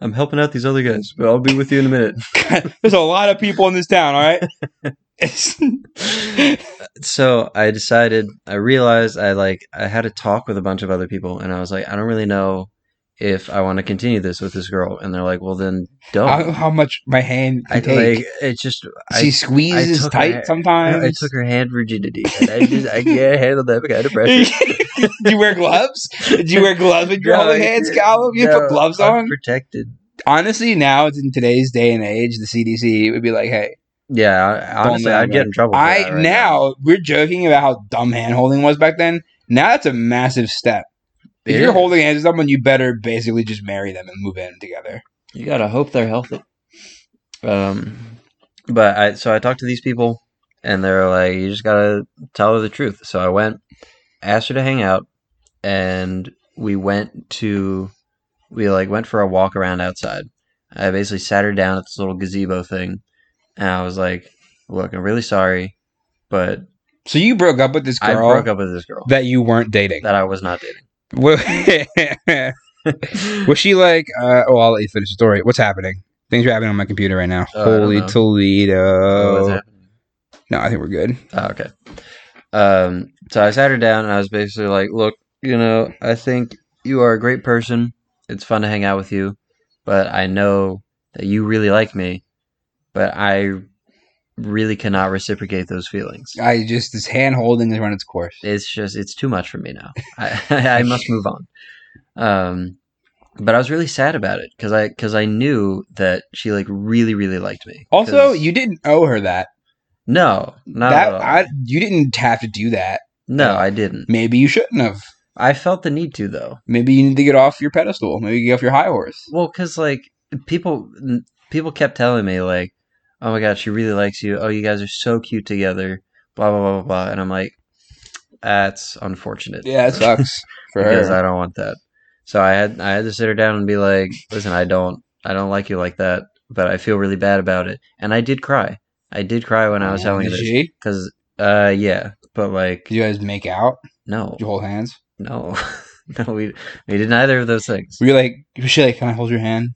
Speaker 2: I'm helping out these other guys, but I'll be with you in a minute.
Speaker 1: God, there's a lot of people in this town. All right. <laughs> It's-
Speaker 2: so I decided I realized I like I had a talk with a bunch of other people and I was like, I don't really know if I want to continue this with this girl. And they're like, Well then
Speaker 1: how,
Speaker 2: don't.
Speaker 1: how much my hand can
Speaker 2: Oh. I
Speaker 1: take.
Speaker 2: like it just
Speaker 1: she
Speaker 2: I, I
Speaker 1: squeezes
Speaker 2: took
Speaker 1: tight
Speaker 2: her-
Speaker 1: sometimes.
Speaker 2: I took her hand rigidity. And I just I can't handle that kind
Speaker 1: <laughs>
Speaker 2: of pressure.
Speaker 1: Do you wear gloves? Do you wear gloves when you're
Speaker 2: No,
Speaker 1: holding
Speaker 2: I
Speaker 1: hands,
Speaker 2: didn't.
Speaker 1: Calvin? You
Speaker 2: No,
Speaker 1: put gloves
Speaker 2: I'm
Speaker 1: on?
Speaker 2: Protected.
Speaker 1: Honestly, now in today's day and age, the CDC would be like, hey,
Speaker 2: Yeah, I- honestly,
Speaker 1: know,
Speaker 2: I'd get
Speaker 1: man.
Speaker 2: in trouble. For
Speaker 1: I
Speaker 2: that right
Speaker 1: now we're joking about how dumb hand holding was back then. Now that's a massive step. If
Speaker 2: It
Speaker 1: you're
Speaker 2: is.
Speaker 1: holding hands with someone, you better basically just marry them and move in together.
Speaker 2: you gotta hope they're healthy. Um, but I so I talked to these people, and they're like, you just gotta tell her the truth. So I went, asked her to hang out, and we went to, we like went for a walk around outside. I basically sat her down at this little gazebo thing, and I was like, look, I'm really sorry, but
Speaker 1: So you broke up with this
Speaker 2: I
Speaker 1: girl
Speaker 2: broke up with this girl
Speaker 1: that you weren't dating.
Speaker 2: that I was not dating. <laughs>
Speaker 1: Wa- <laughs> was she like? Uh, well, I'll let you finish the story. What's happening? Things are happening on my computer right now.
Speaker 2: Oh, I don't
Speaker 1: Holy
Speaker 2: know. What's
Speaker 1: Toledo!
Speaker 2: happening?
Speaker 1: No, I think we're good.
Speaker 2: Oh, okay. Um, so I sat her down and I was basically like, look, you know, I think you are a great person. It's fun to hang out with you, but I know that you really like me, but I really cannot reciprocate those feelings.
Speaker 1: I just this hand holding has run its course.
Speaker 2: It's just, it's too much for me now. <laughs> I, I must move on. Um, but I was really sad about it because I, cause I knew that she like really, really liked me.
Speaker 1: Also,
Speaker 2: 'Cause-
Speaker 1: you didn't owe her that.
Speaker 2: no, not at
Speaker 1: that
Speaker 2: all.
Speaker 1: I, you didn't have to do that.
Speaker 2: no, I didn't.
Speaker 1: Maybe you shouldn't have.
Speaker 2: I felt the need to though.
Speaker 1: Maybe you need to get off your pedestal. Maybe you get off your high horse.
Speaker 2: Well, because like people, n- people kept telling me like, "Oh my god, she really likes you. Oh, you guys are so cute together." Blah blah blah blah blah. And I'm like, that's unfortunate.
Speaker 1: Yeah, it sucks
Speaker 2: <laughs>
Speaker 1: for
Speaker 2: because
Speaker 1: her.
Speaker 2: I don't want that. So I had I had to sit her down and be like, "Listen, I don't I don't like you like that, but I feel really bad about it." And I did cry. I did cry when I was telling her
Speaker 1: Oh, Did
Speaker 2: this
Speaker 1: she?
Speaker 2: because, uh, yeah, but like,
Speaker 1: Did you guys make out?
Speaker 2: no,
Speaker 1: Did you hold hands?
Speaker 2: no, <laughs> no, we we did neither of those things.
Speaker 1: Were you like, was she like, can I hold your hand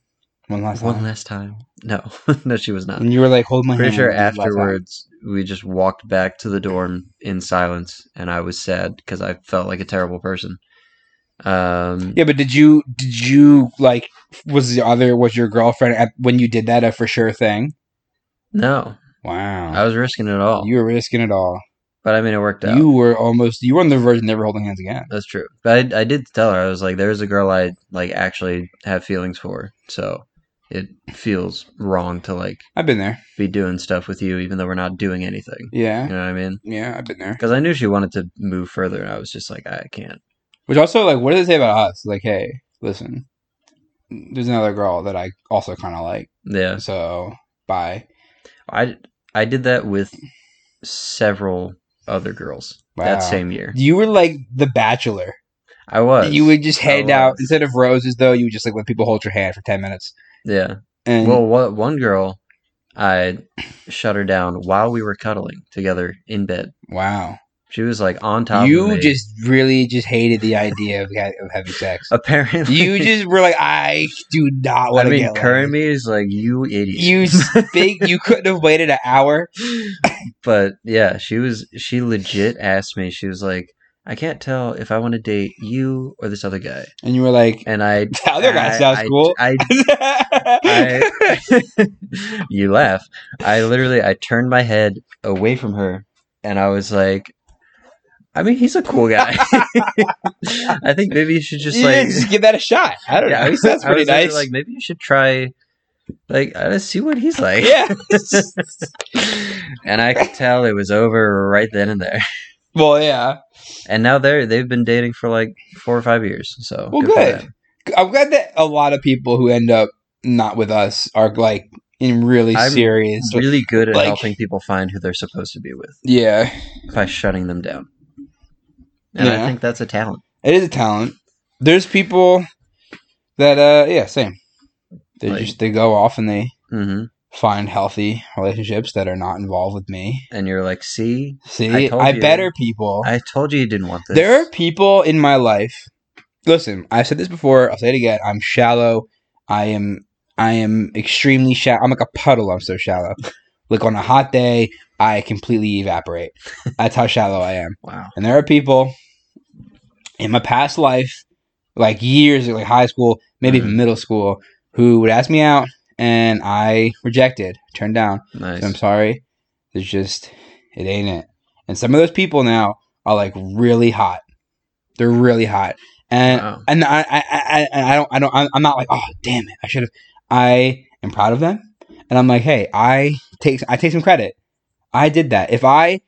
Speaker 1: one last
Speaker 2: One
Speaker 1: time?
Speaker 2: last time. No, <laughs> no, she was not.
Speaker 1: and you were like, hold my
Speaker 2: Pretty
Speaker 1: hand.
Speaker 2: sure
Speaker 1: one last time."
Speaker 2: afterwards we just walked back to the dorm in silence, and I was sad because I felt like a terrible person. Um,
Speaker 1: Yeah, but did you did you like was the other was your girlfriend at, when you did that a for sure thing?
Speaker 2: No, I
Speaker 1: Wow,
Speaker 2: was risking it all.
Speaker 1: you were risking it all.
Speaker 2: but I mean, it worked out.
Speaker 1: You were almost you were on the verge of never holding hands again.
Speaker 2: That's true. But I, I did tell her I was like, there's a girl I like actually have feelings for, so it feels wrong to like
Speaker 1: I've been there.
Speaker 2: be doing stuff with you even though we're not doing anything. You
Speaker 1: Yeah,
Speaker 2: know what I mean?
Speaker 1: yeah, I've been there.
Speaker 2: Because I knew she wanted to move further, and I was just like, I can't.
Speaker 1: Which also, like, what do they say about us? Like, hey, listen, there's another girl that I also kind of like.
Speaker 2: Yeah,
Speaker 1: So, bye.
Speaker 2: I I did that with several other girls
Speaker 1: Wow.
Speaker 2: that same year.
Speaker 1: You were like the bachelor.
Speaker 2: I was.
Speaker 1: You would just
Speaker 2: I
Speaker 1: hand out
Speaker 2: was.
Speaker 1: instead of roses, though. You would just like let people hold your hand for ten minutes.
Speaker 2: Yeah.
Speaker 1: And
Speaker 2: Well, what one girl, I shut her down while we were cuddling together in bed.
Speaker 1: wow,
Speaker 2: She was like on top. of
Speaker 1: you
Speaker 2: me.
Speaker 1: just really just hated the idea of, ha- of having sex.
Speaker 2: <laughs> apparently <laughs>
Speaker 1: you just were like, I do not
Speaker 2: I
Speaker 1: want to
Speaker 2: mean,
Speaker 1: get
Speaker 2: current
Speaker 1: laid.
Speaker 2: me is like you idiot.
Speaker 1: You think you couldn't have waited an hour?
Speaker 2: but yeah, she was. She legit asked me. She was like, I can't tell if I want to date you or this other guy.
Speaker 1: And you were like,
Speaker 2: <laughs> And I
Speaker 1: the other guy
Speaker 2: I-
Speaker 1: sounds
Speaker 2: I-
Speaker 1: cool.
Speaker 2: I
Speaker 1: <laughs>
Speaker 2: I, you laugh. I literally I turned my head away from her and I was like I mean he's a cool guy. <laughs> I think maybe you should just
Speaker 1: Yeah,
Speaker 2: like
Speaker 1: just give that a shot. I don't <laughs> know. He sounds
Speaker 2: <laughs> I
Speaker 1: pretty
Speaker 2: was literally
Speaker 1: nice.
Speaker 2: Like maybe you should try like uh, see
Speaker 1: <laughs>
Speaker 2: what he's like.
Speaker 1: yeah.
Speaker 2: and I could tell it was over right then and there.
Speaker 1: well, yeah.
Speaker 2: And now they're they've been dating for like four or five years. So
Speaker 1: Well,
Speaker 2: for
Speaker 1: good.
Speaker 2: them.
Speaker 1: I'm glad that a lot of people who end up not with us are like in really
Speaker 2: I'm
Speaker 1: serious.
Speaker 2: Really good at
Speaker 1: Like-
Speaker 2: helping people find who they're supposed to be with.
Speaker 1: yeah,
Speaker 2: by shutting them down. And
Speaker 1: Yeah.
Speaker 2: I think that's a talent.
Speaker 1: it is a talent. There's people that uh yeah, same. They
Speaker 2: Like-
Speaker 1: just they go off and they
Speaker 2: hmm
Speaker 1: find healthy relationships that are not involved with me.
Speaker 2: And you're like, see,
Speaker 1: See,
Speaker 2: I told
Speaker 1: I,
Speaker 2: you.
Speaker 1: better people.
Speaker 2: I told you you didn't want this.
Speaker 1: There are people in my life. Listen, I've said this before. I'll say it again. I'm shallow. I am. I am extremely shallow. I'm like a puddle. I'm so shallow. like on a hot day, I completely evaporate. That's how shallow I am.
Speaker 2: wow.
Speaker 1: And there are people in my past life, like years, like high school, maybe even middle school, who would ask me out, and I rejected, turned down.
Speaker 2: Nice.
Speaker 1: I'm sorry. There's just it ain't it. And some of those people now are like really hot. They're really hot. And
Speaker 2: Wow.
Speaker 1: and I, I I I- I don't I don't I'm I'm not like oh damn it I should have I am proud of them and I'm like hey I take I take some credit I did that if I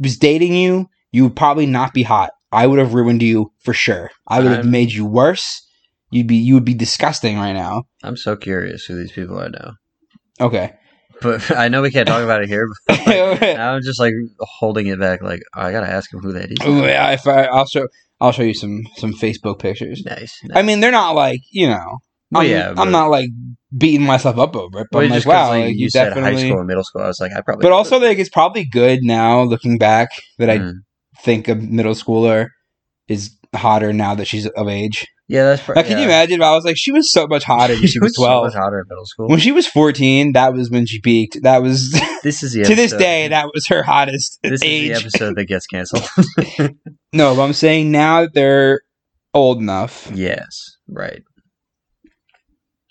Speaker 1: was dating you you would probably not be hot I would have ruined you for sure I would have
Speaker 2: I'm-
Speaker 1: made you worse you'd be you would be disgusting right now
Speaker 2: I'm so curious who these people are now.
Speaker 1: okay
Speaker 2: But <laughs> I know we can't talk about it here,
Speaker 1: <laughs>
Speaker 2: but like, now I'm just like holding it back. Like, oh, I got to ask him who that is.
Speaker 1: Oh, yeah, if I, I'll show I'll show you some some Facebook pictures.
Speaker 2: Nice.
Speaker 1: I mean, they're not like you know. I'm,
Speaker 2: Well, Oh, yeah, but-
Speaker 1: I'm not like beating myself up over it, but
Speaker 2: Well,
Speaker 1: I'm like,
Speaker 2: just
Speaker 1: wow,
Speaker 2: 'cause,
Speaker 1: like, you,
Speaker 2: you said
Speaker 1: definitely.
Speaker 2: high school and middle school. I was like, I probably.
Speaker 1: But also, like, it's probably good now looking back that I
Speaker 2: Mm.
Speaker 1: think a middle schooler is hotter now that she's of age.
Speaker 2: Yeah, that's probably.
Speaker 1: Now, can you imagine? If I was like, she was so much
Speaker 2: <laughs>
Speaker 1: hotter when she was twelve.
Speaker 2: hotter in middle school.
Speaker 1: <laughs> when she was fourteen, that was when she peaked. That was <laughs>
Speaker 2: This is the
Speaker 1: to this
Speaker 2: episode-
Speaker 1: day, that was her hottest
Speaker 2: This
Speaker 1: age.
Speaker 2: is the episode that gets
Speaker 1: <laughs>
Speaker 2: canceled. <laughs>
Speaker 1: no, but I'm saying now that they're old enough.
Speaker 2: yes, right.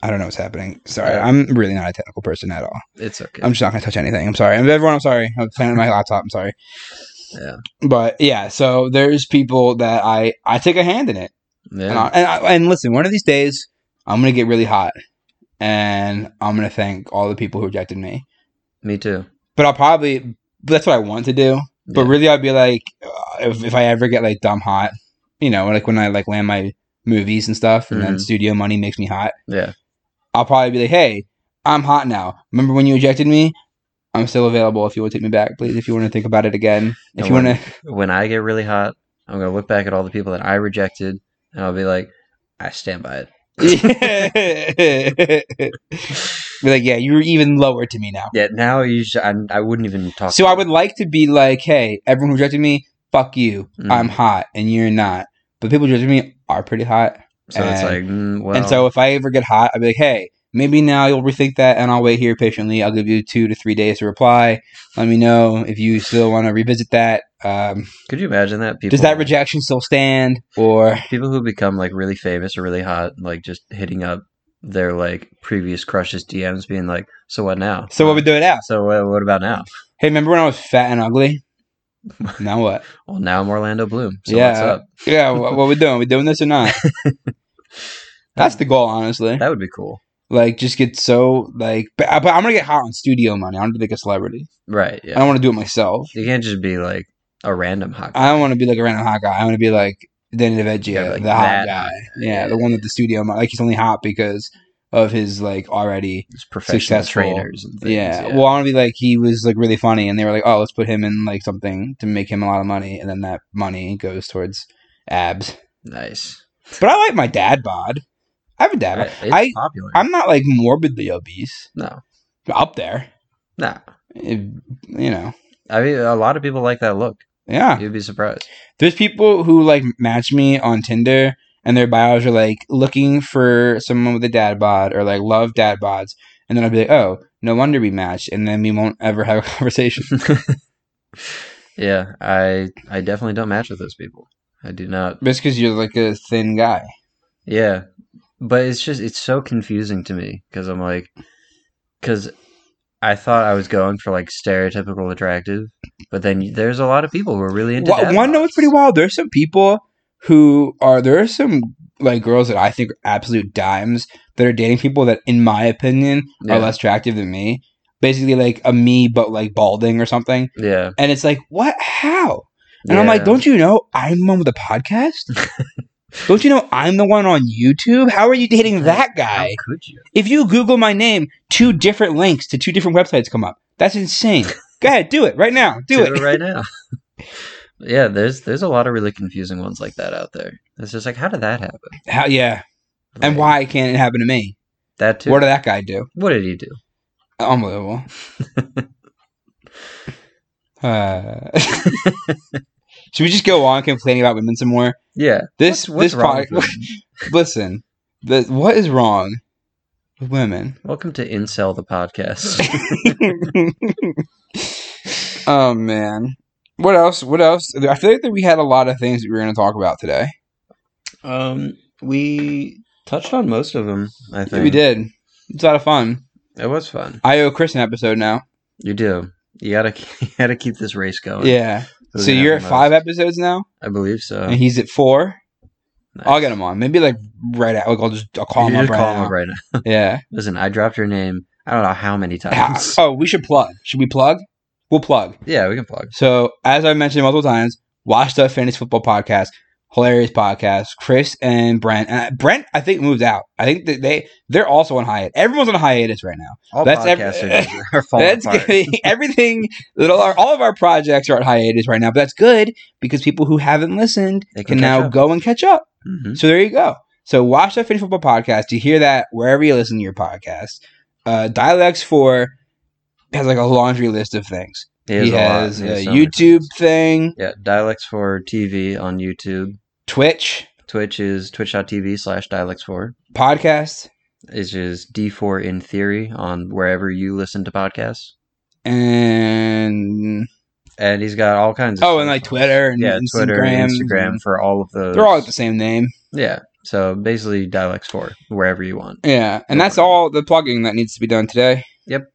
Speaker 1: I don't know what's happening. Sorry,
Speaker 2: Yeah.
Speaker 1: I'm really not a technical person at all.
Speaker 2: It's okay.
Speaker 1: I'm just not gonna touch anything. I'm sorry. And everyone, I'm sorry. I'm playing on my laptop. I'm sorry.
Speaker 2: Yeah.
Speaker 1: But yeah, so there's people that I I take a hand in it, and I,
Speaker 2: yeah.
Speaker 1: and, I, and listen, one of these days I'm gonna get really hot, and I'm gonna thank all the people who rejected me.
Speaker 2: Me too.
Speaker 1: But I'll probably that's what I want to do. But
Speaker 2: Yeah.
Speaker 1: really, I'd be like, uh, if, if I ever get like dumb hot, you know, like when I like land my movies and stuff, and then
Speaker 2: Mhm.
Speaker 1: studio money makes me hot.
Speaker 2: Yeah.
Speaker 1: I'll probably be like, hey, I'm hot now. Remember when you ejected me? I'm still available if you would take me back, please, if you want to think about it again. If
Speaker 2: No
Speaker 1: you want to.
Speaker 2: when I get really hot, I'm gonna look back at all the people that I rejected, and I'll be like, I stand by it.
Speaker 1: <laughs> be like, yeah, you're even lower to me now.
Speaker 2: Yeah, now you, sh- I, I wouldn't even talk.
Speaker 1: So
Speaker 2: to
Speaker 1: I
Speaker 2: you.
Speaker 1: would like to be like, hey, everyone who rejected me, fuck you.
Speaker 2: Mm.
Speaker 1: I'm hot and you're not. But people who rejected me are pretty hot.
Speaker 2: So it's
Speaker 1: and-
Speaker 2: like, mm, well,
Speaker 1: and so if I ever get hot, I'd be like, hey, Maybe now you'll rethink that, and I'll wait here patiently. I'll give you two to three days to reply. Let me know if you still want to revisit that. Um,
Speaker 2: Could you imagine that? People
Speaker 1: does that rejection still stand? Or
Speaker 2: people who become like really famous or really hot, like just hitting up their like previous crushes DMs, being like, "So what now?
Speaker 1: so what we do it now?
Speaker 2: So what, what about now?
Speaker 1: Hey, remember when I was fat and ugly?
Speaker 2: <laughs>
Speaker 1: Now what?
Speaker 2: Well, now I'm Orlando Bloom. So
Speaker 1: Yeah.
Speaker 2: what's up?
Speaker 1: Yeah, what, what we doing? We doing this or
Speaker 2: <laughs>
Speaker 1: not? That's the goal, honestly.
Speaker 2: That would be cool,
Speaker 1: Like, just get so like. But, but I'm gonna get hot on studio money. I don't think a celebrity.
Speaker 2: right?
Speaker 1: I
Speaker 2: Yeah,
Speaker 1: don't want to do it myself.
Speaker 2: you can't just be like a random hot.
Speaker 1: I don't want to be like a random hot guy. I want to be like Danny DeVeggia,
Speaker 2: Yeah, like
Speaker 1: the hot
Speaker 2: that
Speaker 1: guy.
Speaker 2: hot
Speaker 1: Yeah, the one at the studio. Like he's only hot because of his like already.
Speaker 2: Just professional
Speaker 1: successful.
Speaker 2: trainers and things.
Speaker 1: yeah. Well, I want to be like he was like really funny, and they were like, oh, let's put him in like something to make him a lot of money, and then that money goes towards abs.
Speaker 2: nice.
Speaker 1: But I like my dad bod. I have a dad.
Speaker 2: Right,
Speaker 1: bod.
Speaker 2: It's
Speaker 1: I
Speaker 2: popular.
Speaker 1: I'm not like morbidly obese.
Speaker 2: no,
Speaker 1: Up there,
Speaker 2: no.
Speaker 1: If- you know.
Speaker 2: I mean, a lot of people like that look.
Speaker 1: Yeah.
Speaker 2: You'd be surprised.
Speaker 1: There's people who like match me on Tinder and their bios are like looking for someone with a dad bod or like love dad bods. And then I'll be like, oh, no wonder we matched. And then we won't ever have a <laughs> conversation.
Speaker 2: Yeah, I I definitely don't match with those people. I do not.
Speaker 1: Just because you're like a thin guy.
Speaker 2: Yeah, but it's just it's so confusing to me because I'm like, because I thought I was going for like stereotypical attractive, but then y- there's a lot of people who are really into
Speaker 1: Wha-
Speaker 2: dad
Speaker 1: one note's
Speaker 2: bods.
Speaker 1: pretty wild. There's some people who are, there are some like girls that I think are absolute dimes that are dating people that, in my opinion,
Speaker 2: Yeah.
Speaker 1: are less attractive than me. Basically, like a me, but like balding or something.
Speaker 2: Yeah,
Speaker 1: And it's like, what? How? And I'm like,
Speaker 2: yeah.
Speaker 1: don't you know I'm the one with the
Speaker 2: <laughs>
Speaker 1: podcast? don't you know I'm the one on YouTube? How are you dating that
Speaker 2: How
Speaker 1: guy?
Speaker 2: could you?
Speaker 1: If you Google my name, two different links to two different websites come up. That's
Speaker 2: <laughs>
Speaker 1: insane. Go ahead, do it right now. Do, it. <laughs>
Speaker 2: right now. yeah, there's there's a lot of really confusing ones like that out there. It's just like, how did that happen?
Speaker 1: How, yeah. And
Speaker 2: Like,
Speaker 1: why can't it happen to me?
Speaker 2: that too?
Speaker 1: What did that guy do?
Speaker 2: what did he do? <laughs>
Speaker 1: Unbelievable. uh, <laughs> should we just go on complaining about women some more?
Speaker 2: Yeah,
Speaker 1: This this
Speaker 2: what's, what's wrong
Speaker 1: pod-
Speaker 2: with women?
Speaker 1: <laughs> listen, the, what is wrong with women?
Speaker 2: Welcome to Incel the podcast.
Speaker 1: <laughs> oh man. What else? What else? I feel like that we had a lot of things that we were going to talk about today.
Speaker 2: um, we touched on most of them. I think
Speaker 1: We did. It's a lot of fun.
Speaker 2: It was fun.
Speaker 1: I owe Chris an episode now.
Speaker 2: You do. You gotta <laughs> you gotta keep this race going.
Speaker 1: Yeah.
Speaker 2: Who's
Speaker 1: So
Speaker 2: gonna
Speaker 1: you're
Speaker 2: have
Speaker 1: at
Speaker 2: the
Speaker 1: five
Speaker 2: most?
Speaker 1: episodes now,
Speaker 2: I believe so.
Speaker 1: and he's at four.
Speaker 2: Nice.
Speaker 1: I'll get him on. Maybe like right out. Like I'll just I'll call
Speaker 2: You
Speaker 1: him up
Speaker 2: just
Speaker 1: right
Speaker 2: call him
Speaker 1: now.
Speaker 2: up right now. <laughs>
Speaker 1: Yeah.
Speaker 2: Listen, I dropped your name. I don't know
Speaker 1: <laughs>
Speaker 2: how many times.
Speaker 1: oh, we should plug. Should we plug? We'll plug.
Speaker 2: yeah, we can plug.
Speaker 1: So, as I mentioned multiple times, Washed Up Fantasy Football Podcast, hilarious podcast. Chris and Brent, and I- Brent, I think moved out. I think that they they're also on hiatus. Everyone's on hiatus right now.
Speaker 2: All
Speaker 1: That's every-
Speaker 2: podcasters
Speaker 1: <laughs>
Speaker 2: are falling
Speaker 1: that's
Speaker 2: apart.
Speaker 1: getting everything. That all, our, all of our projects are on hiatus right now, but that's good because people who haven't listened
Speaker 2: They
Speaker 1: can
Speaker 2: can catch
Speaker 1: now
Speaker 2: up.
Speaker 1: go and catch up.
Speaker 2: Mhm.
Speaker 1: So there you go. So watch that Finish Football podcast. You hear that wherever you listen to your podcast. Uh, Dialects Four has like a laundry list of things.
Speaker 2: He
Speaker 1: He
Speaker 2: has a lot.
Speaker 1: has
Speaker 2: He has
Speaker 1: a
Speaker 2: so many
Speaker 1: YouTube
Speaker 2: things.
Speaker 1: thing,
Speaker 2: Yeah, dialects for TV on YouTube.
Speaker 1: Twitch
Speaker 2: Twitch is twitch.tv slash dialects for.
Speaker 1: podcast,
Speaker 2: It's just D4 in theory on wherever you listen to podcasts.
Speaker 1: and
Speaker 2: And he's got all kinds of
Speaker 1: oh, and like
Speaker 2: social-
Speaker 1: Twitter and
Speaker 2: yeah,
Speaker 1: Instagram.
Speaker 2: Twitter and Instagram for all of those.
Speaker 1: They're all like the same name.
Speaker 2: yeah. So basically, dialects for wherever you want.
Speaker 1: Yeah, and that's
Speaker 2: Whatever.
Speaker 1: all the plugging that needs to be done today.
Speaker 2: Yep.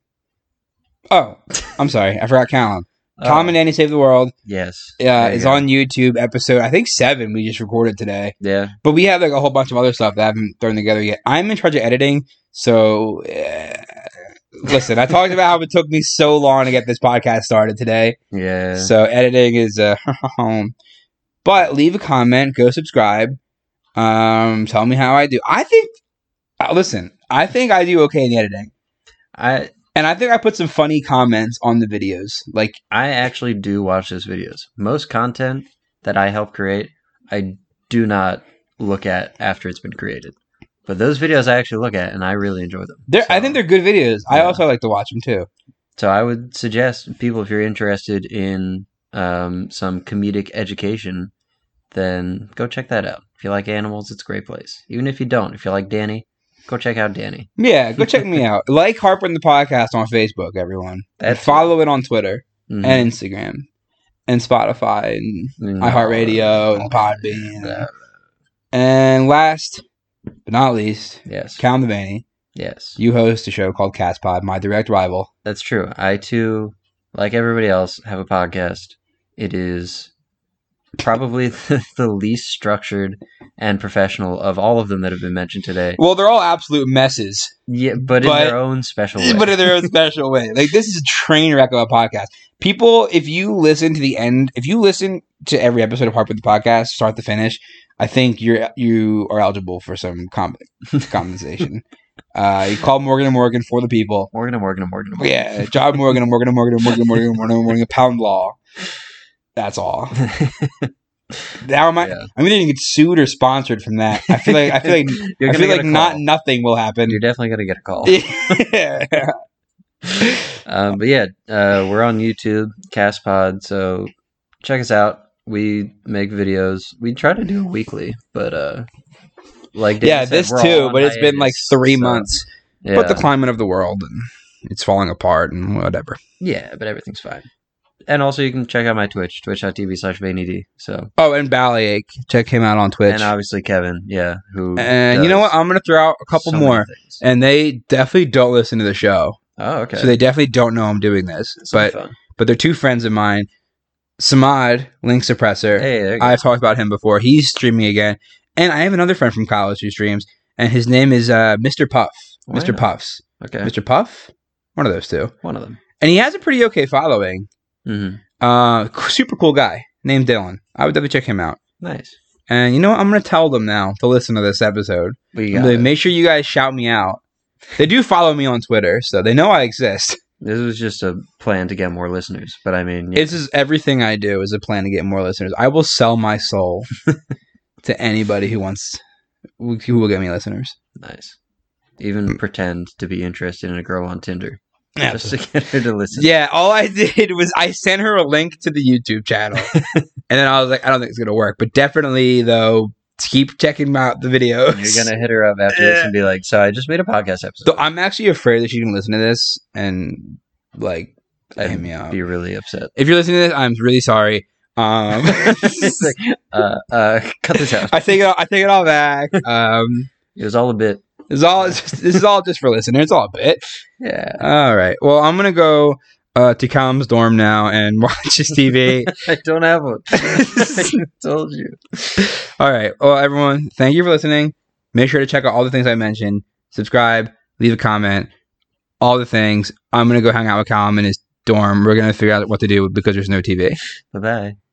Speaker 1: Oh, I'm sorry, I forgot Callum.
Speaker 2: <laughs> Uh,
Speaker 1: Tom and Annie Save the World
Speaker 2: yes,
Speaker 1: uh,
Speaker 2: There you
Speaker 1: is
Speaker 2: go.
Speaker 1: on YouTube episode I think seven we just recorded today.
Speaker 2: Yeah,
Speaker 1: But we have like a whole bunch of other stuff that I haven't thrown together yet. I'm in charge of editing, so uh, listen. I talked about how it took me so long to get this podcast started today.
Speaker 2: yeah.
Speaker 1: So editing is uh, <laughs> but leave a comment, go subscribe, um, tell me how I do. I think, uh, listen, I think I do okay in the editing,
Speaker 2: I
Speaker 1: and I think I put some funny comments on the videos. Like,
Speaker 2: I actually do watch those videos. Most content that I help create, I do not look at after it's been created. But those videos I actually look at, and I really enjoy them.
Speaker 1: they're, I
Speaker 2: So-
Speaker 1: think they're good videos. I
Speaker 2: Yeah.
Speaker 1: also like to watch them too.
Speaker 2: So I would suggest people, if you're interested in um, some comedic education, then go check that out. If you like animals, it's a great place. Even if you don't, if you like Danny, Go check out Danny.
Speaker 1: Yeah, go check me
Speaker 2: <laughs>
Speaker 1: out. Like Harper and the podcast on Facebook, everyone. And
Speaker 2: That's-
Speaker 1: follow it on Twitter
Speaker 2: Mhm.
Speaker 1: and Instagram and Spotify and
Speaker 2: Mm.
Speaker 1: iHeartRadio and Podbean. and- And last but not least,
Speaker 2: Yes.
Speaker 1: Cal Devaney.
Speaker 2: Yes.
Speaker 1: You host a show called Cast Pod, my direct rival.
Speaker 2: That's true. I too, like everybody else, have a podcast. It is probably <laughs> the, the least structured and professional of all of them that have been mentioned today.
Speaker 1: Well, they're all absolute messes,
Speaker 2: Yeah, but in
Speaker 1: But-
Speaker 2: their own special way.
Speaker 1: <laughs> but in their own special way. Like this is a train wreck of a podcast. People, if you listen to the end, if you listen to every episode of Harper the podcast, start to finish, I think you're you are eligible for some <laughs> com- compensation. uh, you call Morgan and Morgan for the people.
Speaker 2: Morgan and Morgan and Morgan. and Morgan.
Speaker 1: Yeah, John Morgan and Morgan and Morgan and Morgan and Morgan and Morgan and Morgan and Pound Law. That's <laughs> all. Now am I?
Speaker 2: Yeah.
Speaker 1: I'm either gonna get sued or sponsored from that. I feel like I feel
Speaker 2: <laughs>
Speaker 1: like
Speaker 2: You're
Speaker 1: I
Speaker 2: gonna
Speaker 1: feel
Speaker 2: get
Speaker 1: like
Speaker 2: a
Speaker 1: not
Speaker 2: call.
Speaker 1: nothing will happen.
Speaker 2: You're definitely gonna get a call.
Speaker 1: <laughs> yeah.
Speaker 2: um, but yeah, uh, we're on YouTube, CastPod, so check us out. We make videos. We try to do it weekly, but uh, like Dan
Speaker 1: yeah,
Speaker 2: said,
Speaker 1: this
Speaker 2: we're all
Speaker 1: too,
Speaker 2: on
Speaker 1: but it's been like
Speaker 2: hiatus,
Speaker 1: three
Speaker 2: so-
Speaker 1: months.
Speaker 2: Yeah,
Speaker 1: But the climate of the world and it's falling apart and whatever.
Speaker 2: yeah, but everything's fine. And also, you can check out my Twitch, twitch.tv slash VayneD. So,
Speaker 1: Oh, and Ballyache, check him out on Twitch.
Speaker 2: and
Speaker 1: And,
Speaker 2: obviously Kevin, yeah, who
Speaker 1: you know
Speaker 2: does
Speaker 1: what? I'm gonna throw out a couple
Speaker 2: so many
Speaker 1: more.
Speaker 2: things.
Speaker 1: And they definitely don't listen to the show,
Speaker 2: Oh, okay.
Speaker 1: so they definitely don't know I'm doing this.
Speaker 2: That's
Speaker 1: but
Speaker 2: fun.
Speaker 1: but they're two friends of mine. Samad, Link Suppressor.
Speaker 2: hey, there you go.
Speaker 1: I've talked about him before. He's streaming again, and I have another friend from college who streams, and his name is uh, Mr. Puff. Mr.
Speaker 2: Wow.
Speaker 1: Puffs.
Speaker 2: Okay,
Speaker 1: Mr. Puff? One of those two.
Speaker 2: one of them.
Speaker 1: And he has a pretty okay following.
Speaker 2: hmm
Speaker 1: Uh, <laughs> c- super cool guy named Dylan. I would definitely check him out.
Speaker 2: Nice.
Speaker 1: And you know what? I'm going to tell them now to listen to this episode.
Speaker 2: We
Speaker 1: I'm
Speaker 2: got
Speaker 1: gonna
Speaker 2: it.
Speaker 1: make sure you guys shout me out. They do follow me on Twitter, so they know I exist.
Speaker 2: This was just a plan to get more listeners, but I mean, yeah.
Speaker 1: It's just everything I do is a plan to get more listeners. I will sell my soul to anybody who wants, who who will get me listeners.
Speaker 2: Nice. Even pretend to be interested in a girl on Tinder
Speaker 1: Mm. Yeah.
Speaker 2: just to get her to
Speaker 1: <laughs>
Speaker 2: listen.
Speaker 1: Yeah, all I did was I sent her a link to the YouTube
Speaker 2: <laughs>
Speaker 1: channel, and then I was like, I don't think it's gonna work, but definitely though, keep checking out the videos.
Speaker 2: You're gonna hit her up after this and be like, "So I just made a podcast episode."
Speaker 1: <laughs> So I'm actually afraid that she can listen to this and like hit
Speaker 2: and
Speaker 1: me up.
Speaker 2: be
Speaker 1: <laughs>
Speaker 2: really upset. <laughs>
Speaker 1: If you're listening to this, I'm really sorry. Um, <laughs>
Speaker 2: It's like, uh, uh, cut this out.
Speaker 1: I take it. I take it all back. Um,
Speaker 2: It was all a bit.
Speaker 1: this is all. it's just- This is all just for listeners. It's all a bit.
Speaker 2: Yeah.
Speaker 1: All right. Well, I'm gonna go uh, to Calm's dorm now and <laughs> watch his TV.
Speaker 2: I don't have one. <laughs> I told you.
Speaker 1: <laughs> All right. Well, everyone, thank you for listening. Make sure to check out all the things I mentioned. Subscribe, leave a comment, all the things. I'm going to go hang out with Callum in his dorm. We're going to figure out what to do because there's no TV.
Speaker 2: Bye bye.